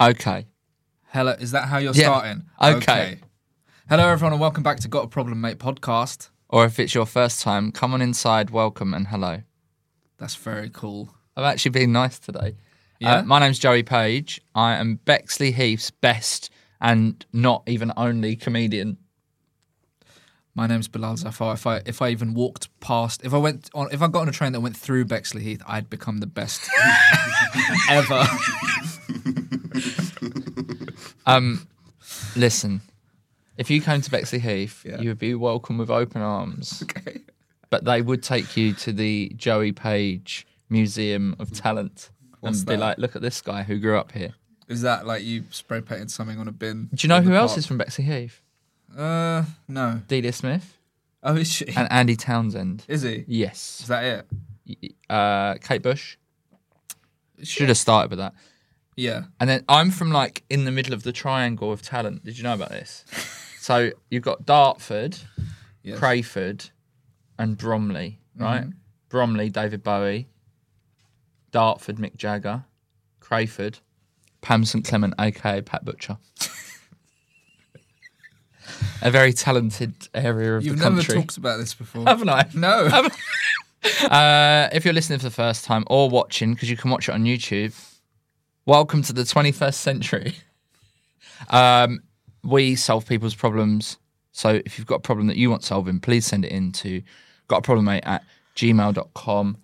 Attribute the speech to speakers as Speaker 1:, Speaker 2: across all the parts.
Speaker 1: Okay.
Speaker 2: Hello, is that how you're
Speaker 1: Yeah.
Speaker 2: starting?
Speaker 1: Okay.
Speaker 2: Hello, everyone, and welcome back to Got a Problem, Mate podcast.
Speaker 1: Or if it's your first time, come on inside, welcome and hello.
Speaker 2: That's very cool.
Speaker 1: I've actually been nice today.
Speaker 2: Yeah?
Speaker 1: Uh, my name's Joey Page. I am Bexley Heath's best and not even only comedian.
Speaker 2: My name's Bilal Zafar. If I if I even walked past, if I went on, if I got on a train that went through Bexley Heath, I'd become the best ever.
Speaker 1: Um, listen, if you came to Bexley Heath,
Speaker 2: Yeah.
Speaker 1: you would be welcome with open arms. Okay. But they would take you to the Joey Page Museum of Talent
Speaker 2: What's
Speaker 1: and be
Speaker 2: that?
Speaker 1: like, look at this guy who grew up here.
Speaker 2: Is that like you spray painted something on a bin?
Speaker 1: Do you know
Speaker 2: in the
Speaker 1: who else
Speaker 2: park?
Speaker 1: is from Bexley Heath?
Speaker 2: Uh, no.
Speaker 1: Delia Smith
Speaker 2: Oh, is she?
Speaker 1: and Andy Townsend.
Speaker 2: Is he? Is
Speaker 1: Yes.
Speaker 2: that it?
Speaker 1: Uh, Kate Bush. Should have started with that.
Speaker 2: Yeah.
Speaker 1: And then I'm from like in the middle of the triangle of talent. Did you know about this? so you've got Dartford,
Speaker 2: Yes. Mm-hmm.
Speaker 1: Crayford, and Bromley, right? Bromley, David Bowie, Dartford, Mick Jagger, Crayford, Pam St. Clement, aka Pat Butcher. A very talented area of
Speaker 2: You've
Speaker 1: the
Speaker 2: never
Speaker 1: country.
Speaker 2: talked about this before,
Speaker 1: Haven't I?
Speaker 2: No.
Speaker 1: Uh, if you're listening for the first time or watching, because you can watch it on YouTube, welcome to the 21st century. um, we solve people's problems. So if you've got a problem that you want solving, please send it in to gotaproblemmate at gmail.com.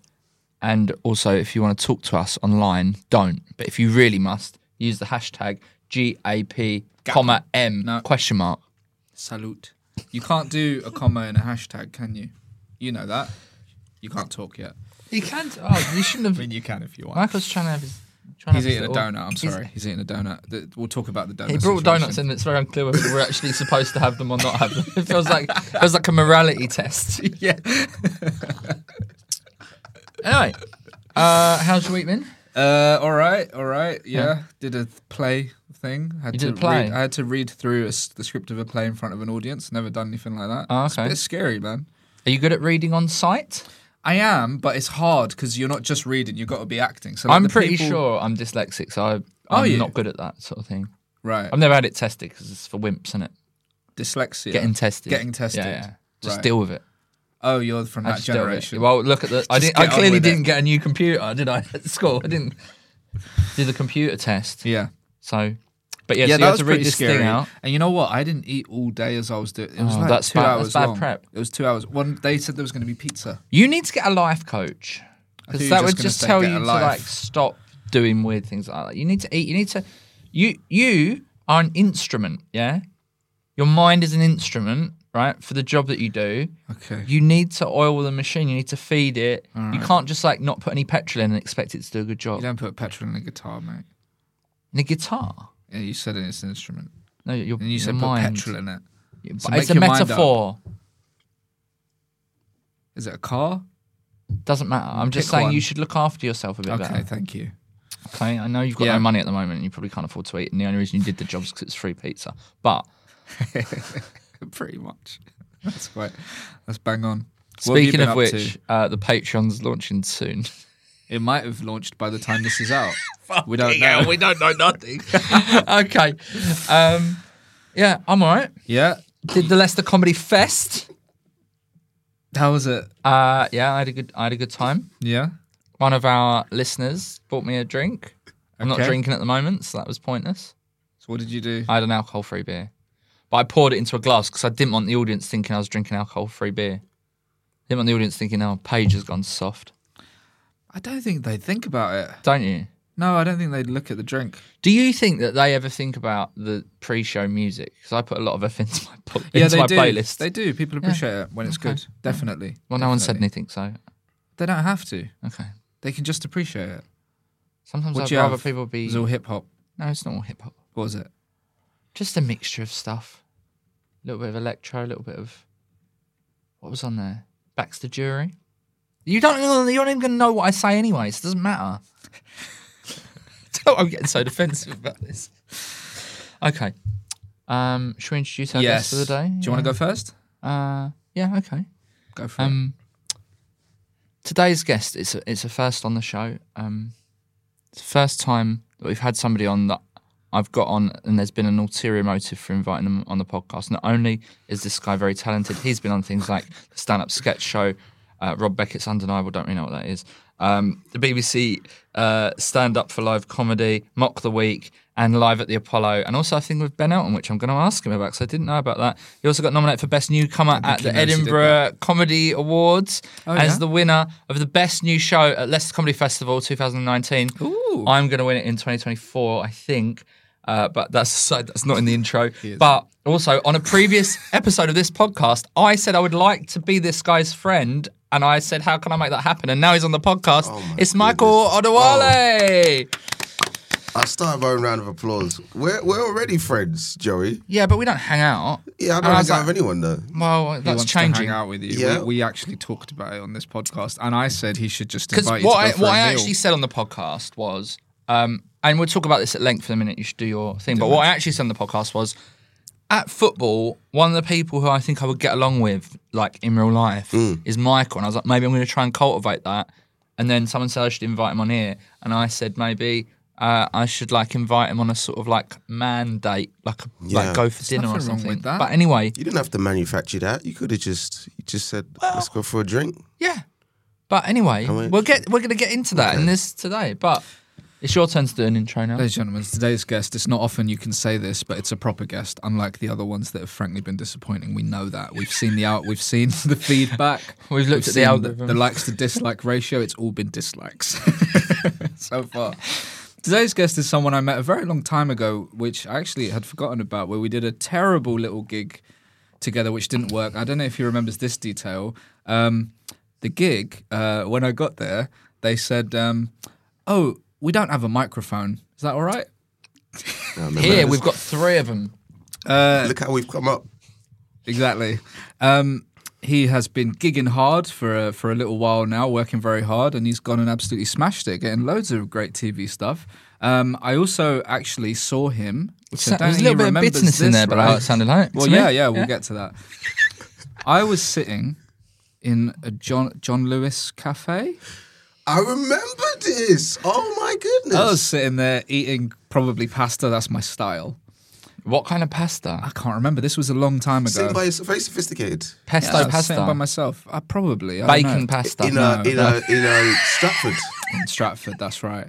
Speaker 1: And also, if you want to talk to us online, don't. But if you really must, use the hashtag GAP, comma M,
Speaker 2: No.
Speaker 1: question mark.
Speaker 2: Salute. You can't do a comma and a hashtag, can you? You know that. You can't talk yet.
Speaker 1: You can't. Oh, you shouldn't
Speaker 2: I
Speaker 1: have.
Speaker 2: mean, you can if you want.
Speaker 1: Michael's trying to have his. Trying
Speaker 2: He's
Speaker 1: to have his
Speaker 2: eating a
Speaker 1: little-
Speaker 2: donut. I'm
Speaker 1: He's-
Speaker 2: sorry. He's eating a donut. Th- We'll talk about the donut.
Speaker 1: He brought
Speaker 2: situation.
Speaker 1: donuts in. It's very unclear whether we're actually supposed to have them or not have them. It feels like it feels like a morality test.
Speaker 2: Yeah.
Speaker 1: Anyway, uh, how's your week been?
Speaker 2: Uh, all right. All right. Yeah. Did a th- play thing. Had
Speaker 1: You
Speaker 2: to
Speaker 1: did a play?
Speaker 2: Read, I had to read through a s the script of a play in front of an audience. Never done anything like that.
Speaker 1: Oh,
Speaker 2: It's a
Speaker 1: okay.
Speaker 2: bit scary, man.
Speaker 1: Are you good at reading on site?
Speaker 2: I am, but it's hard because you're not just reading. You've got to be acting. So like,
Speaker 1: I'm
Speaker 2: the
Speaker 1: pretty
Speaker 2: people-
Speaker 1: sure I'm dyslexic, so I, I'm
Speaker 2: Are you?
Speaker 1: not good at that sort of thing.
Speaker 2: Right.
Speaker 1: I've never had it tested because it's for wimps, isn't it?
Speaker 2: Dyslexia.
Speaker 1: Getting tested.
Speaker 2: Getting tested.
Speaker 1: Yeah, yeah. Just
Speaker 2: Right.
Speaker 1: deal with it.
Speaker 2: Oh, you're from
Speaker 1: I
Speaker 2: that
Speaker 1: just deal with it.
Speaker 2: generation.
Speaker 1: Well, look at the. I,
Speaker 2: Just
Speaker 1: didn't, I
Speaker 2: get on
Speaker 1: clearly
Speaker 2: with it.
Speaker 1: didn't get a new computer, did I? At school, I didn't do the computer test.
Speaker 2: yeah.
Speaker 1: So, but yeah,
Speaker 2: yeah,
Speaker 1: so you
Speaker 2: that
Speaker 1: had
Speaker 2: was
Speaker 1: to
Speaker 2: pretty
Speaker 1: read this
Speaker 2: scary.
Speaker 1: thing out.
Speaker 2: And you know what? I didn't eat all day as I was doing. It was
Speaker 1: Oh,
Speaker 2: like
Speaker 1: that's
Speaker 2: two
Speaker 1: bad-
Speaker 2: hours
Speaker 1: that's bad
Speaker 2: long.
Speaker 1: prep.
Speaker 2: It was two hours. One they said there was going to be pizza.
Speaker 1: You need to get a life coach
Speaker 2: thought you
Speaker 1: because
Speaker 2: were
Speaker 1: that
Speaker 2: just
Speaker 1: would
Speaker 2: gonna
Speaker 1: just
Speaker 2: say
Speaker 1: tell
Speaker 2: get
Speaker 1: you
Speaker 2: a
Speaker 1: to
Speaker 2: life.
Speaker 1: like stop doing weird things like that. You need to eat. You need to. You you are an instrument. Yeah, your mind is an instrument, right? For the job that you do,
Speaker 2: Okay.
Speaker 1: you need to oil the machine. You need to feed it. You can't just like not put any petrol in and expect it to do a good job.
Speaker 2: You don't put petrol in a guitar, mate.
Speaker 1: And a guitar.
Speaker 2: Yeah, you said it, it's an instrument.
Speaker 1: No, your,
Speaker 2: And you
Speaker 1: your
Speaker 2: said put
Speaker 1: mind.
Speaker 2: petrol in it.
Speaker 1: But
Speaker 2: So make
Speaker 1: it's a
Speaker 2: your mind up.
Speaker 1: metaphor.
Speaker 2: Is it a car?
Speaker 1: Doesn't matter. I'm just
Speaker 2: Pick
Speaker 1: saying
Speaker 2: one.
Speaker 1: you should look after yourself a bit
Speaker 2: Okay,
Speaker 1: better.
Speaker 2: thank you.
Speaker 1: Okay, I know you've got
Speaker 2: Yeah.
Speaker 1: no money at the moment and you probably can't afford to eat. And the only reason you did the job is because it's free pizza. But
Speaker 2: Pretty much. That's quite. That's bang on. What have you
Speaker 1: speaking of
Speaker 2: been up
Speaker 1: which,
Speaker 2: to?
Speaker 1: uh, the Patreon's launching soon.
Speaker 2: it might have launched by the time this is out. Oh, we don't know.
Speaker 1: Yeah, we don't know nothing. okay. Um, yeah, I'm all right.
Speaker 2: yeah.
Speaker 1: Did the Leicester Comedy Fest.
Speaker 2: How was it?
Speaker 1: Uh, yeah, I had a good I had a good time.
Speaker 2: Yeah.
Speaker 1: One of our listeners bought me a drink. I'm not
Speaker 2: Okay.
Speaker 1: drinking at the moment, so that was pointless.
Speaker 2: So what did you do?
Speaker 1: I had an alcohol free beer. But I poured it into a glass because I didn't want the audience thinking I was drinking alcohol free beer. Didn't want the audience thinking, oh, Paige has gone soft.
Speaker 2: I don't think they think about it.
Speaker 1: Don't you?
Speaker 2: No, I don't think they'd look at the drink.
Speaker 1: Do you think that they ever think about the pre-show music? Because I put a lot of effort into my, pl-
Speaker 2: yeah,
Speaker 1: into
Speaker 2: they
Speaker 1: my
Speaker 2: do.
Speaker 1: playlist.
Speaker 2: They do. People appreciate it when it's
Speaker 1: Okay. Mm.
Speaker 2: good. Definitely.
Speaker 1: well, no one said
Speaker 2: Definitely.
Speaker 1: anything, so
Speaker 2: They don't have to.
Speaker 1: okay.
Speaker 2: They can just appreciate it.
Speaker 1: Sometimes
Speaker 2: What
Speaker 1: I'd
Speaker 2: do you
Speaker 1: rather
Speaker 2: have?
Speaker 1: people
Speaker 2: It
Speaker 1: be.
Speaker 2: was all hip hop.
Speaker 1: no, it's not all hip hop.
Speaker 2: What was it?
Speaker 1: Just a mixture of stuff. A little bit of electro, a little bit of. What was on there? Baxter Jury. You don't. You're not even gonna know what I say anyway. So it doesn't matter. I'm getting so defensive about this. Okay. Um, should we introduce our guest for the day?
Speaker 2: Do you want to go first?
Speaker 1: go? Uh, yeah. Okay.
Speaker 2: Go for it.
Speaker 1: Um, today's guest is a, it's a first on the show. Um, it's the first time that we've had somebody on that I've got on, and there's been an ulterior motive for inviting them on the podcast. Not only is this guy very talented, he's been on things like the Stand Up Sketch Show, uh, Rob Beckett's Undeniable. Don't really know what that is. Um, the BBC uh, Stand Up for Live Comedy, Mock the Week, and Live at the Apollo, and also I think with Ben Elton, which I'm going to ask him about because I didn't know about that. He also got nominated for Best Newcomer at
Speaker 2: he
Speaker 1: the
Speaker 2: knows he did
Speaker 1: Edinburgh
Speaker 2: that.
Speaker 1: uh, Comedy Awards as
Speaker 2: yeah?
Speaker 1: the winner of the Best New Show at Leicester Comedy Festival 2019.
Speaker 2: Ooh.
Speaker 1: I'm going to win it in 2024, I think. Uh, but that's aside, that's not in the intro. But also on a previous episode of this podcast, I said I would like to be this guy's friend, and I said, "How can I make that happen?" And now he's on the podcast.
Speaker 2: Oh
Speaker 1: it's Michael Odawale.
Speaker 3: I start my own round of applause. We're, we're already friends, Joey.
Speaker 1: Yeah, but we don't hang out.
Speaker 3: Yeah, I
Speaker 2: Oh,
Speaker 1: And
Speaker 3: don't
Speaker 1: was
Speaker 3: think I have
Speaker 1: like,
Speaker 3: anyone though.
Speaker 1: Well,
Speaker 2: He
Speaker 1: that's
Speaker 2: wants
Speaker 1: changing.
Speaker 2: To hang out with you.
Speaker 3: Yeah.
Speaker 2: We, we actually talked about it on this podcast, and I said he should just
Speaker 1: Because
Speaker 2: invite
Speaker 1: what
Speaker 2: you
Speaker 1: I,
Speaker 2: to go for
Speaker 1: what
Speaker 2: a
Speaker 1: I
Speaker 2: meal.
Speaker 1: actually said on the podcast was, um, and we'll talk about this at length in a minute. You should do your thing. But what I actually said on the podcast was, at football, one of the people who I think I would get along with, like in real life,
Speaker 2: Mm.
Speaker 1: is Michael. And I was like, maybe I'm going to try and cultivate that. And then someone said I should invite him on here, and I said maybe uh, I should like invite him on a sort of like man date, like like
Speaker 3: Yeah.
Speaker 1: go for dinner or
Speaker 2: nothing wrong
Speaker 1: something.
Speaker 2: with that.
Speaker 1: But anyway,
Speaker 3: You didn't have to manufacture that. You could have just you just said, "Let's go for a drink."
Speaker 1: yeah. But anyway,
Speaker 3: mean-
Speaker 1: we'll get we're going to get into that in this today. But it's your turn to do an intro now.
Speaker 2: Ladies and gentlemen, today's guest, it's not often you can say this, but it's a proper guest, unlike the other ones that have frankly been disappointing. We know that. We've seen the out, we've seen the feedback.
Speaker 1: We've looked at the
Speaker 2: seen
Speaker 1: algorithm.
Speaker 2: The, likes to dislike ratio, it's all been dislikes so far. Today's guest is someone I met a very long time ago, which I actually had forgotten about, where we did a terrible little gig together, which didn't work. I don't know if he remembers this detail. Um, the gig, uh, when I got there, they said, um, Oh, we don't have a microphone. Is that all right?
Speaker 3: I remember
Speaker 1: Here
Speaker 3: this.
Speaker 1: we've got three of them.
Speaker 3: look how we've come up.
Speaker 2: Exactly. Um, he has been gigging hard for a, for a little while now, working very hard, and he's gone and absolutely smashed it, getting loads of great TV stuff. Um, I also actually saw him. Which I
Speaker 1: So-
Speaker 2: don't
Speaker 1: there's a
Speaker 2: think
Speaker 1: little
Speaker 2: he
Speaker 1: bit of
Speaker 2: remembers
Speaker 1: bitterness in
Speaker 2: this,
Speaker 1: there, but I
Speaker 2: right?
Speaker 1: know it sounded like it
Speaker 2: Well,
Speaker 1: to me.
Speaker 2: yeah, yeah, we'll
Speaker 1: Yeah.
Speaker 2: get to that. I was sitting in a John John Lewis cafe.
Speaker 3: I remember this. Oh my goodness.
Speaker 2: I was sitting there eating probably pasta. That's my style.
Speaker 1: What kind of
Speaker 2: I
Speaker 1: pasta?
Speaker 2: can't remember. This was a long time ago.
Speaker 3: Sitting by yourself, very sophisticated.
Speaker 1: Pesto
Speaker 2: I was sitting
Speaker 1: pasta.
Speaker 2: by myself. I probably I don't
Speaker 1: Bacon
Speaker 2: know.
Speaker 1: pasta.
Speaker 3: In a in a in a Stratford.
Speaker 2: in Stratford. That's right.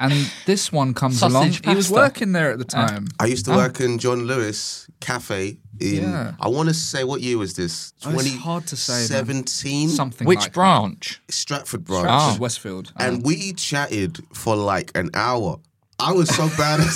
Speaker 2: And this one comes
Speaker 1: Sausage
Speaker 2: along. He was
Speaker 1: pasta.
Speaker 2: working there at the time.
Speaker 3: I used to work in John Lewis Cafe in.
Speaker 2: Oh. Yeah.
Speaker 3: I want to say what year was this?
Speaker 2: Oh, it's hard to say, man.
Speaker 3: 2017?
Speaker 2: Something Ah,
Speaker 1: Which Ah.
Speaker 2: like
Speaker 1: branch?
Speaker 3: Stratford branch.
Speaker 2: that. This is Westfield. Um,
Speaker 3: and we chatted for like an hour. I was so bad at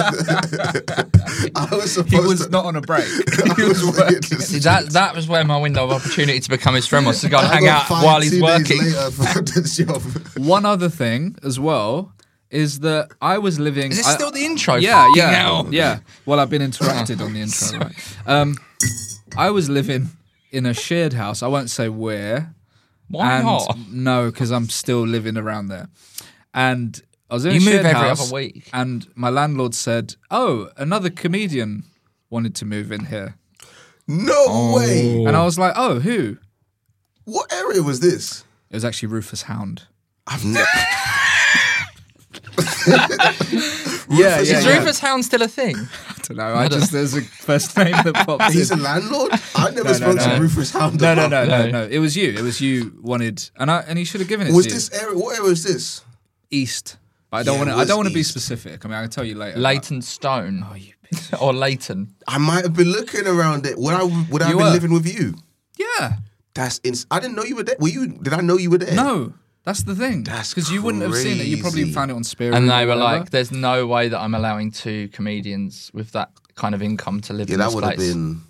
Speaker 3: that show. I was supposed
Speaker 2: he was
Speaker 3: to.
Speaker 2: not on a break.
Speaker 3: I was working.
Speaker 1: See, that that was where my window of opportunity to become his friend was to go and hang out
Speaker 3: Five,
Speaker 1: while he's
Speaker 3: two days
Speaker 1: working.
Speaker 3: Later, I found a job.
Speaker 2: one other thing as well is that I was living.
Speaker 1: Is this
Speaker 2: I-
Speaker 1: still the intro?
Speaker 2: Yeah,
Speaker 1: Fucking
Speaker 2: yeah,
Speaker 1: hell.
Speaker 2: yeah. Well, I've been interrupted on the intro. Right? Um, I was living in a shared house. I won't say where.
Speaker 1: Why
Speaker 2: and
Speaker 1: not?
Speaker 2: No, because I'm still living around there. And I was in
Speaker 1: You
Speaker 2: a
Speaker 1: move
Speaker 2: shared
Speaker 1: every
Speaker 2: house,
Speaker 1: other week.
Speaker 2: And my landlord said, "Oh, another comedian wanted to move in here,"
Speaker 3: No
Speaker 2: Oh.
Speaker 3: way.
Speaker 2: and I was like, "Oh, who?"
Speaker 3: What area was this?
Speaker 2: It was actually Rufus Hound.
Speaker 3: I've never.
Speaker 2: Yeah,
Speaker 1: Is Rufus Hound still a thing?
Speaker 2: I don't know. I just there's a first name that popped
Speaker 3: He's a
Speaker 2: in.
Speaker 3: landlord. I never spoke to Rufus Hound.
Speaker 2: No, no,
Speaker 3: about-
Speaker 2: no,
Speaker 1: No.
Speaker 2: no, no. It was you. It was you wanted, and I and he should have given it
Speaker 3: Was
Speaker 2: to you.
Speaker 3: this area? What area was this?
Speaker 2: East. But I don't
Speaker 3: Yeah,
Speaker 2: want to.
Speaker 3: it
Speaker 2: I
Speaker 3: was
Speaker 2: don't want to be
Speaker 3: East.
Speaker 2: specific. I mean, I can tell you later.
Speaker 1: Leighton Stone. Oh, you or Leighton.
Speaker 3: I might have been looking around it. Would I? Would I have
Speaker 2: You
Speaker 3: been
Speaker 2: were.
Speaker 3: living with you?
Speaker 2: Yeah.
Speaker 3: That's. Ins- I didn't know you were there. Were you? Did I know you were there?
Speaker 2: No. That's the thing.
Speaker 3: That's
Speaker 2: because you wouldn't have seen it. You probably
Speaker 3: crazy.
Speaker 2: found it on Spirit.
Speaker 1: And
Speaker 2: or
Speaker 1: they were
Speaker 2: whatever.
Speaker 1: like, "There's no way that I'm allowing two comedians with that kind of income to live
Speaker 3: Yeah,
Speaker 1: in
Speaker 3: that
Speaker 1: this
Speaker 3: would have
Speaker 1: place
Speaker 3: been.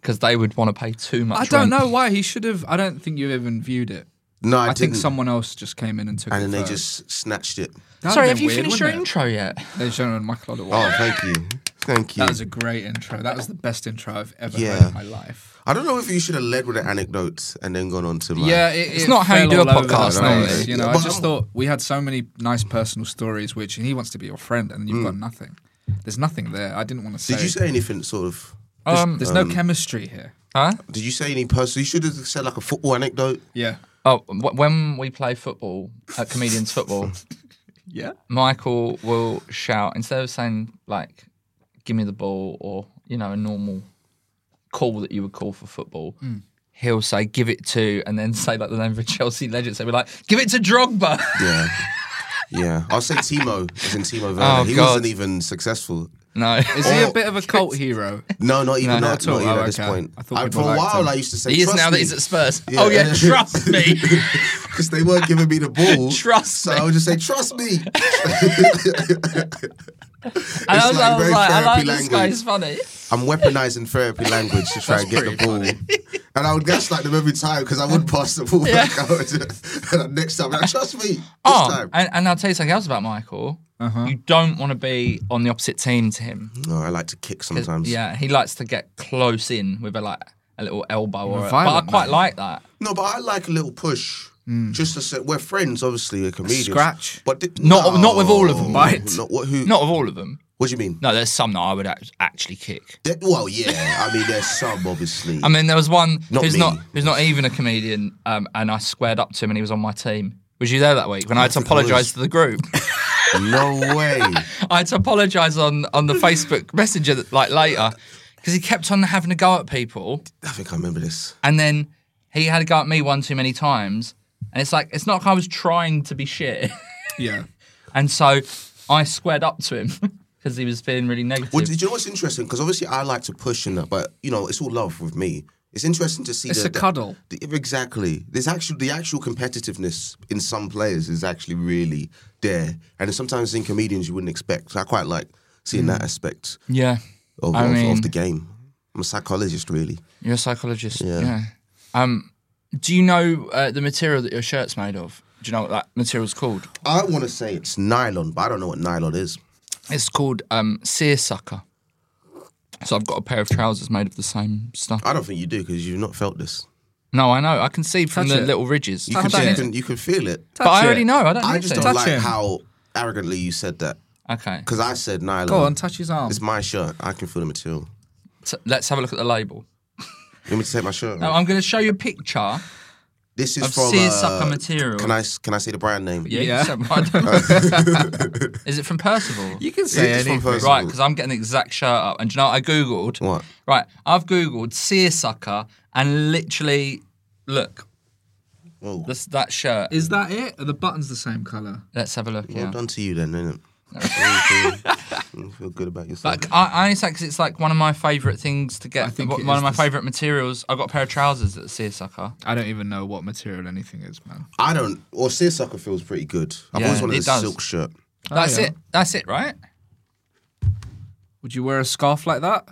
Speaker 1: because they would want to pay too much."
Speaker 2: I don't
Speaker 1: rent.
Speaker 2: know why he should have. I don't think you even viewed it.
Speaker 3: No, I,
Speaker 2: I,
Speaker 3: didn't.
Speaker 2: think someone else just came in and took
Speaker 3: and
Speaker 2: it.
Speaker 3: then they
Speaker 2: first.
Speaker 3: just snatched it.
Speaker 2: That would've
Speaker 1: Sorry,
Speaker 2: been
Speaker 1: have you
Speaker 2: weird,
Speaker 1: finished your
Speaker 2: wouldn't it?
Speaker 1: intro yet?
Speaker 2: Ladies and gentlemen, Michael Oldward.
Speaker 3: Oh, thank you, thank you.
Speaker 2: That was a great intro. That was the best intro I've ever heard
Speaker 3: Yeah.
Speaker 2: in my life.
Speaker 3: I don't know if you should have led with the anecdotes and then gone on to my.
Speaker 2: Yeah, it,
Speaker 1: It's
Speaker 2: it
Speaker 1: not how you
Speaker 2: fell
Speaker 1: do a
Speaker 2: all over the
Speaker 1: podcast
Speaker 2: place,
Speaker 3: normally.
Speaker 2: You know, I
Speaker 3: But-
Speaker 2: just thought we had so many nice personal stories, which and he wants to be your friend, and you've got nothing. There's nothing there. I didn't want to say.
Speaker 3: Did you say anything sort of?
Speaker 2: There's,
Speaker 1: Um,
Speaker 2: there's no chemistry here.
Speaker 1: Huh?
Speaker 3: Did you say any personal? You should have said like a football anecdote.
Speaker 2: Yeah.
Speaker 1: Oh, w- when we play football at comedians football,
Speaker 2: Yeah.
Speaker 1: Michael will shout instead of saying like, "Give me the ball" or you know a normal call that you would call for football.
Speaker 2: Hmm.
Speaker 1: He'll say, "Give it to," and then say like the name of a Chelsea legend. So we're like, "Give it to Drogba."
Speaker 3: Yeah. Yeah, I'll say Timo, as in Timo Werner.
Speaker 1: Oh,
Speaker 3: he
Speaker 1: God.
Speaker 3: wasn't even successful.
Speaker 1: no,
Speaker 2: Is he a
Speaker 3: Or-
Speaker 2: bit of a cult hero?
Speaker 3: No, not
Speaker 1: No,
Speaker 3: even that.
Speaker 1: not
Speaker 3: Not,
Speaker 2: at all.
Speaker 3: even
Speaker 2: Oh,
Speaker 3: at this
Speaker 2: okay.
Speaker 3: point.
Speaker 2: I thought
Speaker 3: I,
Speaker 2: we'd
Speaker 3: for a
Speaker 2: liked
Speaker 3: while,
Speaker 2: him.
Speaker 3: I used to say,
Speaker 1: he is
Speaker 3: "Trust
Speaker 1: now that
Speaker 3: me,"
Speaker 1: he's at Spurs.
Speaker 3: Yeah.
Speaker 1: Oh yeah, trust me.
Speaker 3: because they weren't giving me the ball.
Speaker 1: Trust
Speaker 3: so
Speaker 1: me.
Speaker 3: I would just say, "Trust me."
Speaker 1: And I was,
Speaker 3: like
Speaker 1: I was
Speaker 3: very
Speaker 1: like, I like
Speaker 3: therapy
Speaker 1: this guy.
Speaker 3: language.
Speaker 1: He's funny.
Speaker 3: I'm weaponizing therapy language to try and get the ball. And I would gaslight them every time because I would pass the ball back out. and next time, like, trust me. This
Speaker 1: Oh,
Speaker 3: time.
Speaker 1: and, and I'll tell you something else about Michael.
Speaker 3: Uh-huh.
Speaker 1: You don't want to be on the opposite team to him.
Speaker 3: No, I like to kick
Speaker 1: 'Cause,
Speaker 3: sometimes.
Speaker 1: Yeah, he likes to get close in with a like a little elbow or. A, but I
Speaker 2: violent
Speaker 1: quite
Speaker 2: man.
Speaker 1: like that.
Speaker 3: No, but I like a little push.
Speaker 1: Mm.
Speaker 3: Just to say, we're friends, obviously, we're comedians.
Speaker 2: Scratch.
Speaker 3: But thi-
Speaker 1: Not- not with all of them.
Speaker 3: No,
Speaker 2: Bite.
Speaker 3: Not, what, who,
Speaker 1: Not of all of them.
Speaker 3: what do you mean?
Speaker 1: No, there's some that I would act- actually kick.
Speaker 3: That- well, yeah. I mean, there's some, obviously.
Speaker 1: I mean, there was one
Speaker 3: Not
Speaker 1: who's
Speaker 3: me.
Speaker 1: not who's not even a comedian, um, and I squared up to him, and he was on my team. Was you there that week when I had to
Speaker 3: think I was.
Speaker 1: apologise to the group?
Speaker 3: no way.
Speaker 1: I had to apologise on on the Facebook Messenger like later because he kept on having a go at people.
Speaker 3: I think I remember this.
Speaker 1: and then he had a go at me one too many times, and it's like it's not like I was trying to be shit,
Speaker 2: Yeah.
Speaker 1: and so I squared up to him because he was being really negative.
Speaker 3: Well, did you know what's interesting? Because obviously, I like to push and that, but you know, it's all love with me. It's interesting to see.
Speaker 2: It's
Speaker 3: the,
Speaker 2: a cuddle.
Speaker 3: The, exactly. There's actually the actual competitiveness in some players is actually really there, and sometimes in comedians you wouldn't expect. So I quite like seeing that aspect
Speaker 1: yeah,
Speaker 3: of,
Speaker 1: I
Speaker 3: of,
Speaker 1: mean-
Speaker 3: of the game. I'm a psychologist, really.
Speaker 1: you're a psychologist. Yeah. Um, do you know uh, the material that your shirt's made of? Do you know what that material's called?
Speaker 3: I want to say it's nylon, but I don't know what nylon is.
Speaker 1: It's called um, seersucker. So I've got a pair of trousers made of the same stuff.
Speaker 3: I don't think you do because you've not felt this.
Speaker 1: No, I know. I can see from
Speaker 2: Touch
Speaker 1: the
Speaker 2: it.
Speaker 1: little ridges.
Speaker 3: You
Speaker 1: I
Speaker 3: can,
Speaker 1: don't
Speaker 3: you
Speaker 1: need-
Speaker 3: can, you can feel it.
Speaker 1: but I
Speaker 2: Touch
Speaker 1: already
Speaker 2: it.
Speaker 1: know. I don't
Speaker 3: I
Speaker 1: need
Speaker 3: just
Speaker 1: to.
Speaker 3: don't
Speaker 2: Touch
Speaker 3: like
Speaker 2: him.
Speaker 3: how arrogantly you said that
Speaker 1: Okay.
Speaker 3: because I said nylon.
Speaker 2: Go on, touch his arm.
Speaker 3: It's my shirt. I can feel the material.
Speaker 1: So let's have a look at the label.
Speaker 3: You want me to take my shirt?
Speaker 1: Now,
Speaker 3: off?
Speaker 1: I'm going to show you a picture.
Speaker 3: this is
Speaker 1: Of
Speaker 3: from
Speaker 1: seersucker
Speaker 3: uh,
Speaker 1: material.
Speaker 3: Can I s- can I say the brand name?
Speaker 1: Yeah.
Speaker 2: Yeah.
Speaker 1: so- I don't- Is it from Percival?
Speaker 2: You can
Speaker 3: It's from
Speaker 2: say anything.
Speaker 3: Percival.
Speaker 1: Right, because I'm getting the exact shirt up. And do you know what I Googled?
Speaker 3: What?
Speaker 1: Right, I've Googled seersucker and literally, look,
Speaker 3: Well,
Speaker 1: this, that shirt.
Speaker 2: Is that it? Are the buttons the same color?
Speaker 1: Let's have a look.
Speaker 3: well
Speaker 1: Yeah.
Speaker 3: done to you then, innit? you feel, you feel good about yourself.
Speaker 1: Like, I, I only say because it's like one of my favourite things to get.
Speaker 2: I think
Speaker 1: one
Speaker 2: it
Speaker 1: of
Speaker 2: is
Speaker 1: my
Speaker 2: the-
Speaker 1: favourite materials. I got a pair of trousers at seersucker.
Speaker 2: I don't even know what material anything is, man.
Speaker 3: I don't. Or seersucker feels pretty good. I've
Speaker 1: Yeah,
Speaker 3: always wanted
Speaker 1: it
Speaker 3: a
Speaker 1: does.
Speaker 3: silk shirt.
Speaker 1: That's
Speaker 2: Oh, yeah.
Speaker 1: it. That's it, right?
Speaker 2: Would you wear a scarf like that?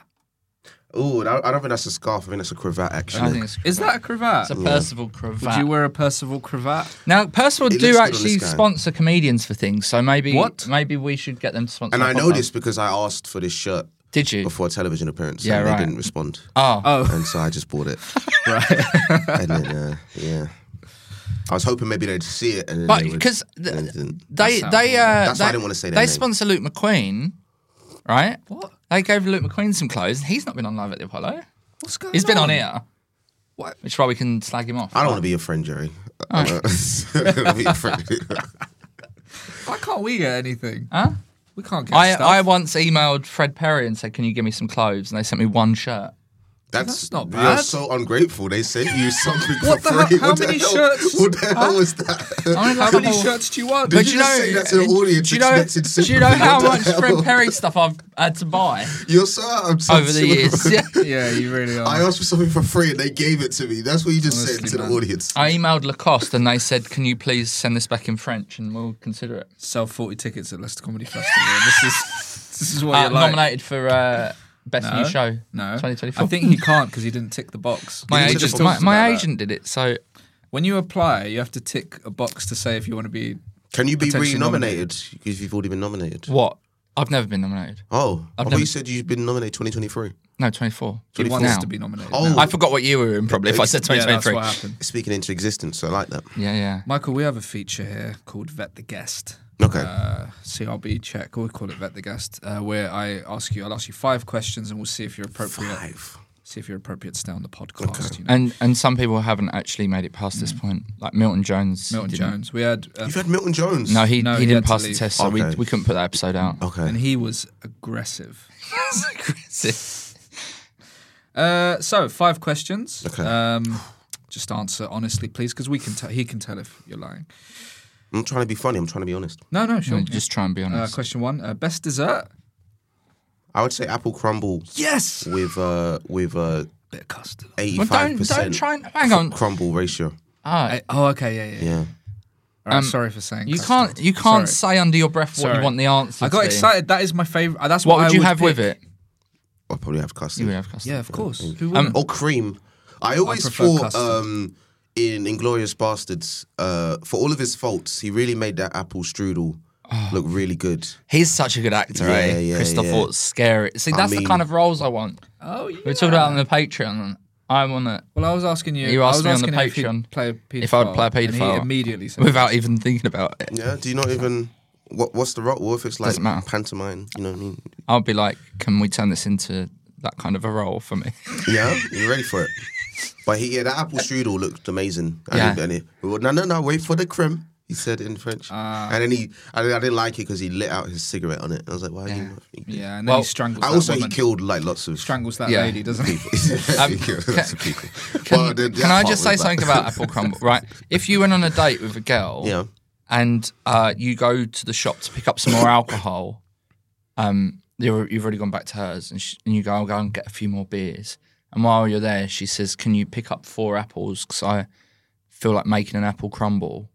Speaker 3: Oh, I don't think that's a scarf. I think that's a cravat. Actually,
Speaker 1: I think it's,
Speaker 2: Is that a
Speaker 1: it's
Speaker 2: cravat?
Speaker 3: Uh,
Speaker 1: a Percival cravat.
Speaker 2: Would you wear a Percival cravat?
Speaker 1: now, Percival
Speaker 3: looks good
Speaker 1: do
Speaker 3: on
Speaker 1: actually
Speaker 3: this guy.
Speaker 1: sponsor comedians for things, so maybe
Speaker 2: What?
Speaker 1: maybe we should get them to sponsor.
Speaker 3: and
Speaker 1: our
Speaker 3: I know
Speaker 1: podcast.
Speaker 3: this because I asked for this shirt
Speaker 1: Did you?
Speaker 3: before a television appearance,
Speaker 1: Yeah,
Speaker 3: and
Speaker 1: right.
Speaker 3: they didn't respond.
Speaker 1: Oh,
Speaker 2: Oh,
Speaker 3: And so I just bought it,
Speaker 2: right.
Speaker 3: and then uh, yeah, I was hoping maybe they'd see it, and then
Speaker 1: But
Speaker 3: they would-
Speaker 1: because
Speaker 3: and
Speaker 1: they
Speaker 3: they didn't.
Speaker 1: they,
Speaker 2: sounds
Speaker 1: they uh,
Speaker 3: That's
Speaker 1: they,
Speaker 3: why I didn't wanna say their
Speaker 1: they
Speaker 3: name.
Speaker 1: sponsor Luke McQueen, right? What they gave Luke McQueen some clothes. He's not been on live at the Apollo.
Speaker 2: What's going
Speaker 1: He's been on here. What? Which is why we can slag him off.
Speaker 3: I don't want to be your friend, Jerry. I don't wanna be your friend.
Speaker 2: Why can't we get anything?
Speaker 1: Huh?
Speaker 2: We can't get
Speaker 1: I,
Speaker 2: stuff.
Speaker 1: I once emailed Fred Perry and said, "Can you give me some clothes?" And they sent me one shirt.
Speaker 3: That's,
Speaker 2: That's not
Speaker 3: You're
Speaker 2: bad.
Speaker 3: so ungrateful. They sent you something for
Speaker 2: What the hell-
Speaker 3: free.
Speaker 2: how
Speaker 3: What the
Speaker 2: many
Speaker 3: hell-
Speaker 2: shirts?
Speaker 3: What the hell was that?
Speaker 2: I mean, like,
Speaker 1: How
Speaker 2: how
Speaker 1: many
Speaker 2: many shirts do you want?
Speaker 3: Did you just say that to the audience
Speaker 1: Do you know,
Speaker 3: expected
Speaker 1: do you know
Speaker 3: sympathy?
Speaker 1: how
Speaker 3: What
Speaker 1: much
Speaker 3: the
Speaker 1: Fred
Speaker 3: hell?
Speaker 1: Perry stuff I've had to buy
Speaker 3: You're so obsessed
Speaker 1: over the years?
Speaker 2: yeah, you really are.
Speaker 3: I asked for something for free and they gave it to me. That's what you just
Speaker 2: Honestly,
Speaker 3: said to
Speaker 2: man.
Speaker 3: the audience.
Speaker 1: I emailed Lacoste and they said, "Can you please send this back in French and we'll consider it."
Speaker 2: Sell forty tickets at Leicester Comedy Festival. this is this is what
Speaker 1: Uh,
Speaker 2: you're like.
Speaker 1: Nominated for uh, best new show.
Speaker 2: No,
Speaker 1: 2024.
Speaker 2: I think he can't because he didn't tick the box.
Speaker 1: my
Speaker 3: He
Speaker 2: Didn't tick
Speaker 3: agent-
Speaker 1: agent,
Speaker 3: just
Speaker 2: the
Speaker 1: my,
Speaker 2: box.
Speaker 3: talked
Speaker 1: my
Speaker 3: about that.
Speaker 1: agent did it. So
Speaker 2: When you apply, you have to tick a box to say if you want to be.
Speaker 3: Can you be
Speaker 2: Potentially
Speaker 3: re nominated if you've already been nominated?
Speaker 1: what? I've never been nominated.
Speaker 3: Oh, i
Speaker 1: I've
Speaker 3: thought
Speaker 1: never-
Speaker 3: you said you've been nominated 2023.
Speaker 1: No, 24.
Speaker 2: He wants
Speaker 1: now.
Speaker 2: to be nominated.
Speaker 3: Oh.
Speaker 2: now.
Speaker 1: I forgot what year we were in. Probably if I said
Speaker 2: yeah, that's
Speaker 1: 2023.
Speaker 2: what happened.
Speaker 3: Speaking into existence, so I like that.
Speaker 1: Yeah, yeah.
Speaker 2: Michael, we have a feature here called Vet the Guest.
Speaker 3: Okay.
Speaker 2: Uh, CRB check, or we call it Vet the Guest, uh, where I ask you, I'll ask you five questions, and we'll see if you're appropriate.
Speaker 3: Five.
Speaker 2: See if you're appropriate to stay on the podcast. You know?
Speaker 1: And and some people haven't actually made it past this point. Like Milton Jones.
Speaker 2: Mm. Milton
Speaker 1: didn't.
Speaker 2: Jones, we had, uh,
Speaker 3: You've had Milton Jones.
Speaker 1: No, he
Speaker 2: No,
Speaker 1: he
Speaker 2: he
Speaker 1: didn't
Speaker 2: had to
Speaker 1: pass the
Speaker 2: leave.
Speaker 1: test, so we
Speaker 3: Okay. Oh.
Speaker 1: we couldn't put that episode out.
Speaker 3: Okay.
Speaker 2: and he was aggressive.
Speaker 1: aggressive.
Speaker 2: Uh, so five questions.
Speaker 3: Okay.
Speaker 2: Um, just answer honestly, please, because we can. T- he can tell if you're lying.
Speaker 3: I'm trying to be funny. I'm trying to be honest.
Speaker 2: No, no, sure.
Speaker 1: Just try and be
Speaker 2: uh,
Speaker 1: honest.
Speaker 2: question one: uh, best dessert.
Speaker 3: I would say apple crumble
Speaker 2: Yes.
Speaker 3: with uh with uh
Speaker 2: Bit of custard.
Speaker 3: 85%
Speaker 1: Well, don't don't try and hang on.
Speaker 3: crumble ratio.
Speaker 1: Ah,
Speaker 2: I- oh, okay, yeah, yeah. yeah. Um,
Speaker 3: Yeah.
Speaker 2: All right, sorry for saying.
Speaker 1: you
Speaker 2: custard.
Speaker 1: can't you can't
Speaker 2: Sorry.
Speaker 1: say under your breath what you
Speaker 2: Sorry.
Speaker 1: want the answer.
Speaker 2: I got
Speaker 1: to be.
Speaker 2: excited. That is my favorite. Uh, That's what,
Speaker 1: What would
Speaker 2: I
Speaker 1: you have with
Speaker 2: pick.
Speaker 1: it?
Speaker 3: I'll probably have custard.
Speaker 1: You would have custard.
Speaker 2: Yeah, of course. Who
Speaker 1: Um,
Speaker 2: wouldn't?
Speaker 3: or cream. I always
Speaker 2: prefer
Speaker 3: thought
Speaker 2: custard.
Speaker 3: um, in Inglorious Bastards, uh, for all of his faults, he really made that apple strudel look really good.
Speaker 1: He's such a good actor,
Speaker 3: Yeah,
Speaker 1: eh?
Speaker 3: yeah,
Speaker 1: Christoph
Speaker 3: yeah.
Speaker 1: Waltz, scary. See,
Speaker 3: I
Speaker 1: that's the
Speaker 3: mean-
Speaker 1: kind of roles I want.
Speaker 2: oh, yeah.
Speaker 1: We were talking about it on the Patreon. I want it
Speaker 2: Well, I was asking you.
Speaker 1: You
Speaker 2: I
Speaker 1: asked
Speaker 2: was
Speaker 1: me on the
Speaker 2: asking him if he'd
Speaker 1: Patreon
Speaker 2: play a pedophile,
Speaker 1: if I would play a
Speaker 2: and he
Speaker 1: paedophile
Speaker 2: immediately said
Speaker 1: without even thinking about it.
Speaker 3: Yeah, do you not even. What, what's the rot? What if it's like
Speaker 1: Doesn't matter.
Speaker 3: pantomime? You know what I mean?
Speaker 1: I'll be like, can we turn this into that kind of a role for me?
Speaker 3: Yeah, you ready for it? But he, yeah, that apple strudel looked amazing. I
Speaker 1: Yeah.
Speaker 3: yeah. And he, well, no, no, no, wait for the creme. He said in French. and then he, I, I didn't like it because he lit out his cigarette on it. I was like, why are you not?
Speaker 2: Yeah, and then
Speaker 1: Well,
Speaker 2: he strangles.
Speaker 3: I
Speaker 2: that
Speaker 3: also, he
Speaker 2: woman.
Speaker 3: killed like lots of
Speaker 2: strangles that
Speaker 1: Yeah.
Speaker 2: lady, doesn't he?
Speaker 3: he killed lots of people. Well, the- that
Speaker 1: Um, Can I
Speaker 3: part
Speaker 1: just say
Speaker 3: was bad.
Speaker 1: something about apple crumble? Right, if you went on a date with a girl,
Speaker 3: Yeah.
Speaker 1: and uh, you go to the shop to pick up some more alcohol, um, you're, you've already gone back to hers, and, she, and you go, I'll go and get a few more beers. And while you're there, she says, Can you pick up four apples? Because I feel like making an apple crumble.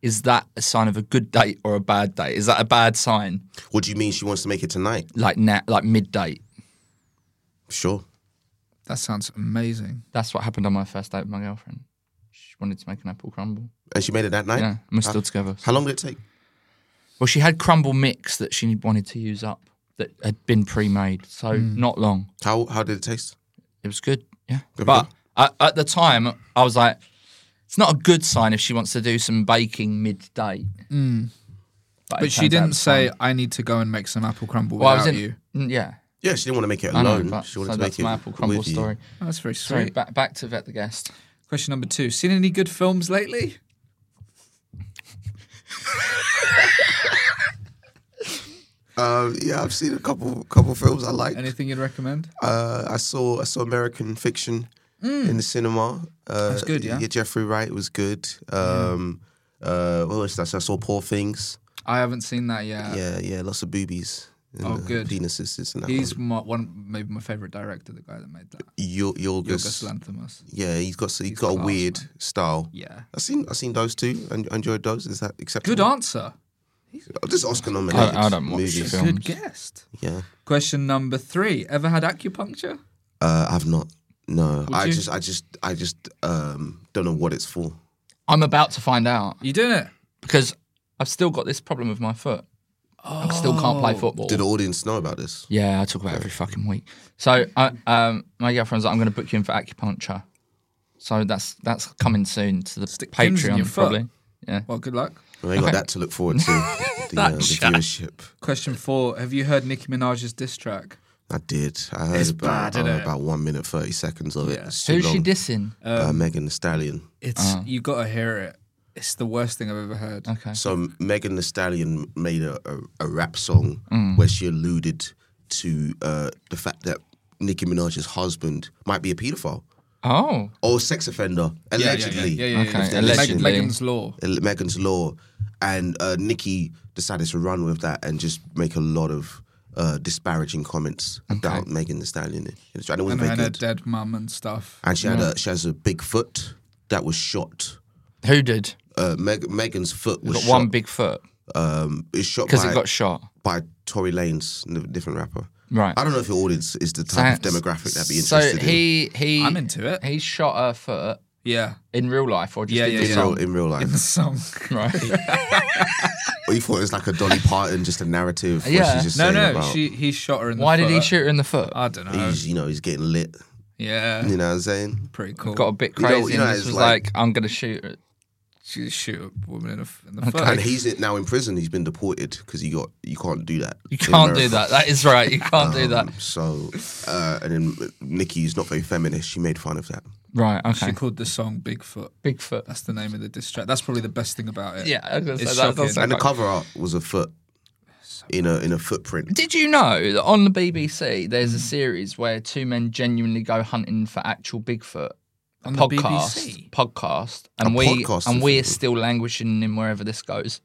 Speaker 1: Is that a sign of a good date or a bad date? Is that a bad sign?
Speaker 3: What do you mean she wants to make it tonight?
Speaker 1: Like na- like mid date.
Speaker 3: Sure.
Speaker 2: that sounds amazing.
Speaker 1: That's what happened on my first date with my girlfriend. She wanted to make an apple crumble.
Speaker 3: And she made it that night?
Speaker 1: Yeah, and we're still together.
Speaker 3: How long did it take?
Speaker 1: Well, she had crumble mix that she wanted to use up that had been pre-made, so not long.
Speaker 3: How how did it taste?
Speaker 1: It was good, yeah.
Speaker 3: Good
Speaker 1: but
Speaker 3: one.
Speaker 1: I, at the time, I was like, it's not a good sign if she wants to do some baking midday. it
Speaker 2: But
Speaker 1: turns
Speaker 2: she
Speaker 1: out
Speaker 2: didn't
Speaker 1: it's
Speaker 2: say,
Speaker 1: fine.
Speaker 2: "I need to go and make some apple crumble
Speaker 1: Well, I was
Speaker 2: without
Speaker 1: in,
Speaker 2: you."
Speaker 1: mm, yeah.
Speaker 3: Yeah, she didn't want to make it
Speaker 1: I know,
Speaker 3: alone.
Speaker 1: but
Speaker 3: she
Speaker 1: so
Speaker 3: wanted to
Speaker 1: that's
Speaker 3: make it
Speaker 1: my apple crumble
Speaker 3: with you.
Speaker 1: story.
Speaker 2: Oh, that's very sweet.
Speaker 1: Sorry, back, back to vet the guest.
Speaker 2: Question number two: Seen any good films lately?
Speaker 3: Um, yeah, I've seen a couple couple films I like.
Speaker 2: Anything you'd recommend?
Speaker 3: Uh, I saw I saw American Fiction in the cinema. Uh,
Speaker 2: That's good, yeah?
Speaker 3: Jeffrey Wright was good. Um, uh, what was that? So I saw Poor Things.
Speaker 2: I haven't seen that yet.
Speaker 3: yeah, yeah, lots of boobies. And,
Speaker 2: Oh,
Speaker 3: uh,
Speaker 2: good.
Speaker 3: Penises this and that.
Speaker 2: He's
Speaker 3: one.
Speaker 2: my, one, maybe my favorite director, the guy that made that,
Speaker 3: Yo-
Speaker 2: Yorgos
Speaker 3: Yorgos.
Speaker 2: Lanthimos.
Speaker 3: Yeah, he's got so he's got a
Speaker 2: class,
Speaker 3: weird style.
Speaker 2: Yeah.
Speaker 3: I seen I seen those two and enjoyed those. Is that acceptable?
Speaker 2: Good answer.
Speaker 3: Just Oscar nominated.
Speaker 1: I- I don't watch
Speaker 3: movies.
Speaker 1: it.
Speaker 2: Good guest.
Speaker 3: Yeah,
Speaker 2: Question number three: Ever had acupuncture?
Speaker 3: uh, I've not. No, I
Speaker 2: you?
Speaker 3: just I just I just um, don't know what it's for.
Speaker 1: I'm about to find out
Speaker 2: You doing it?
Speaker 1: because I've still got this problem with my foot. I still can't play football.
Speaker 3: Did the audience know about this?
Speaker 1: Yeah, I talk about it every fucking week. So I, um, my girlfriend's like, I'm going to book you in for acupuncture. So that's that's coming soon to the
Speaker 2: Stick pins in your
Speaker 1: Patreon
Speaker 2: foot.
Speaker 1: probably. Yeah.
Speaker 2: Well, good luck.
Speaker 3: Well, they got that to look forward to. the, uh, the viewership.
Speaker 2: Question four: Have you heard Nicki Minaj's diss track?
Speaker 3: I did. I heard
Speaker 2: It's
Speaker 3: about,
Speaker 2: bad, isn't
Speaker 3: uh,
Speaker 2: it?
Speaker 3: about one minute thirty seconds of it.
Speaker 2: Yeah.
Speaker 3: It's too
Speaker 1: Who's she
Speaker 3: long.
Speaker 1: dissing?
Speaker 3: Uh,
Speaker 2: Um,
Speaker 3: Megan the Stallion.
Speaker 2: It's Ah. you gotta hear it. It's the worst thing I've ever heard.
Speaker 1: Okay.
Speaker 3: So Megan the Stallion
Speaker 2: Mm.
Speaker 3: made a, a, a rap song where she alluded to uh, the fact that Nicki Minaj's husband might be a paedophile
Speaker 1: Oh,
Speaker 3: or a sex offender, allegedly.
Speaker 2: Yeah, yeah, yeah. yeah,
Speaker 1: Okay,
Speaker 2: yeah, yeah.
Speaker 1: allegedly.
Speaker 2: Meg- Megan's Law.
Speaker 3: Ele- Megan's Law, and uh, Nikki decided to run with that and just make a lot of uh, disparaging comments about Megan the Stallion. And it was
Speaker 2: And
Speaker 3: very
Speaker 2: had a
Speaker 3: good.
Speaker 2: dead mum and stuff.
Speaker 3: And she had a she has a big foot that was shot.
Speaker 1: who did?
Speaker 3: Uh, Meg, Megan's foot was
Speaker 1: Got
Speaker 3: shot.
Speaker 1: one big foot
Speaker 3: um, it's shot
Speaker 1: because
Speaker 3: by,
Speaker 1: it got shot.
Speaker 3: by Tory Lanez, n- different rapper.
Speaker 1: Right.
Speaker 3: I don't know if your audience is the type
Speaker 1: So-
Speaker 3: of demographic that'd be
Speaker 1: So
Speaker 3: interested in.
Speaker 1: he he
Speaker 2: I'm into it.
Speaker 1: He shot her foot
Speaker 2: Yeah.
Speaker 1: in real life or just
Speaker 2: Yeah,
Speaker 1: in
Speaker 2: yeah,
Speaker 1: the
Speaker 3: In
Speaker 2: yeah.
Speaker 3: real,
Speaker 1: song?
Speaker 3: in real life,
Speaker 2: In the song.
Speaker 1: Right.
Speaker 3: or you thought it was like a Dolly Parton, just a narrative. where
Speaker 1: Yeah.
Speaker 3: she's just
Speaker 2: No,
Speaker 3: saying
Speaker 2: no.
Speaker 3: about,
Speaker 2: She he shot her in the
Speaker 1: Why did he
Speaker 2: foot.
Speaker 1: shoot her in the foot?
Speaker 2: I don't know.
Speaker 3: he's, you know, he's getting lit.
Speaker 2: Yeah.
Speaker 3: You know what I'm saying?
Speaker 2: Pretty cool.
Speaker 1: got a bit
Speaker 3: You know-
Speaker 1: crazy.
Speaker 3: you know,
Speaker 1: and this
Speaker 3: it's
Speaker 1: was like,
Speaker 3: like-
Speaker 1: I'm gonna shoot her.
Speaker 2: She shoot a woman in the, f- in the foot.
Speaker 3: And he's in- now in prison. He's been deported because he got you can't do that.
Speaker 1: You
Speaker 3: in
Speaker 1: can't do
Speaker 3: America. Um,
Speaker 1: that. That is right. You can't do that.
Speaker 3: So, uh, and then Nikki's not very feminist. She made fun of that.
Speaker 1: Right.
Speaker 2: She
Speaker 1: Okay.
Speaker 2: called the song Bigfoot.
Speaker 1: Bigfoot.
Speaker 2: That's the name of the diss track. That's probably the best thing about it.
Speaker 1: Yeah. I was gonna say,
Speaker 2: It's
Speaker 1: that,
Speaker 2: shocking.
Speaker 1: that's so
Speaker 3: and the
Speaker 1: fucked.
Speaker 3: cover art was a foot in a in a footprint.
Speaker 1: Did you know that on the BBC there's a series where two men genuinely go hunting for actual Bigfoot?
Speaker 2: On the
Speaker 1: podcast,
Speaker 2: BBC?
Speaker 1: podcast, and
Speaker 3: A
Speaker 1: we
Speaker 3: podcast
Speaker 1: and
Speaker 3: is
Speaker 1: we are
Speaker 3: it?
Speaker 1: still languishing in wherever this goes.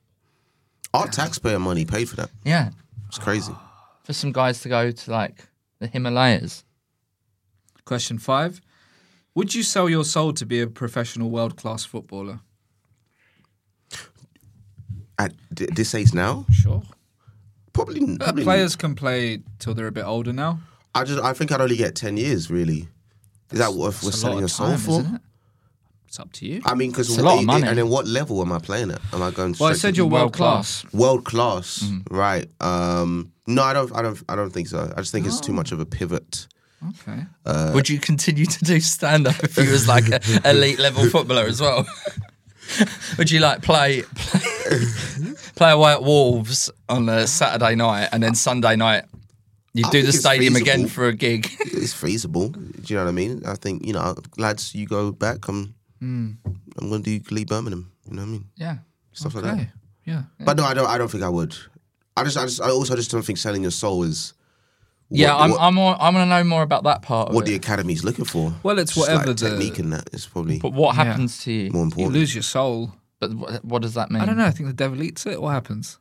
Speaker 3: Our taxpayer money paid for that.
Speaker 1: Yeah,
Speaker 3: It's crazy.
Speaker 1: for some guys to go to like the Himalayas.
Speaker 2: Question five. Would you sell your soul to be a professional world class footballer?
Speaker 3: At th- this age now,
Speaker 2: Sure.
Speaker 3: probably,
Speaker 2: But
Speaker 3: probably
Speaker 2: Uh, players can play till they're a bit older now.
Speaker 3: I just I think I'd only get ten years. Really, is that what
Speaker 2: That's
Speaker 3: we're
Speaker 2: a
Speaker 3: selling
Speaker 2: lot
Speaker 3: your
Speaker 2: of
Speaker 3: soul
Speaker 2: time,
Speaker 3: for?
Speaker 2: isn't it? It's up to you.
Speaker 3: I mean, because
Speaker 1: It's a lot of money.
Speaker 3: And then what level am I playing at? Am I going?
Speaker 2: well, I
Speaker 3: straight
Speaker 2: said
Speaker 3: to-
Speaker 2: you're world
Speaker 1: World class.
Speaker 2: class.
Speaker 3: world class,
Speaker 2: Mm-hmm.
Speaker 3: right? Um, no, I don't. I don't. I don't think so. I just think it's
Speaker 2: Oh.
Speaker 3: too much of a pivot.
Speaker 2: Okay.
Speaker 3: Uh,
Speaker 1: Would you continue to do stand up if you was like an elite level footballer as well? Would you like play play, play away at Wolves on a Saturday night and then Sunday night you
Speaker 3: I
Speaker 1: do
Speaker 3: think
Speaker 1: the
Speaker 3: it's
Speaker 1: stadium again
Speaker 3: feasible.
Speaker 1: for a gig?
Speaker 3: It's feasible. Do you know what I mean? I think you know, lads. You go back. I'm.
Speaker 2: Mm.
Speaker 3: I'm going to do Glee Birmingham. You know what I mean?
Speaker 1: Yeah.
Speaker 3: Stuff like that.
Speaker 2: Yeah.
Speaker 3: But no, I don't. I don't think I would. I just. I just. I also just don't think selling your soul is. what-
Speaker 1: yeah, I'm
Speaker 3: What,
Speaker 1: I'm all, I'm gonna know more about that part of
Speaker 3: what the
Speaker 1: it.
Speaker 3: academy's looking for.
Speaker 2: Well, it's
Speaker 3: Just
Speaker 2: whatever
Speaker 3: like
Speaker 2: the-
Speaker 3: technique in that is probably
Speaker 1: But what happens to you?
Speaker 3: more
Speaker 2: You
Speaker 3: important.
Speaker 2: lose your soul.
Speaker 1: But what, what does that mean?
Speaker 2: I don't know. I think the devil eats it. What happens?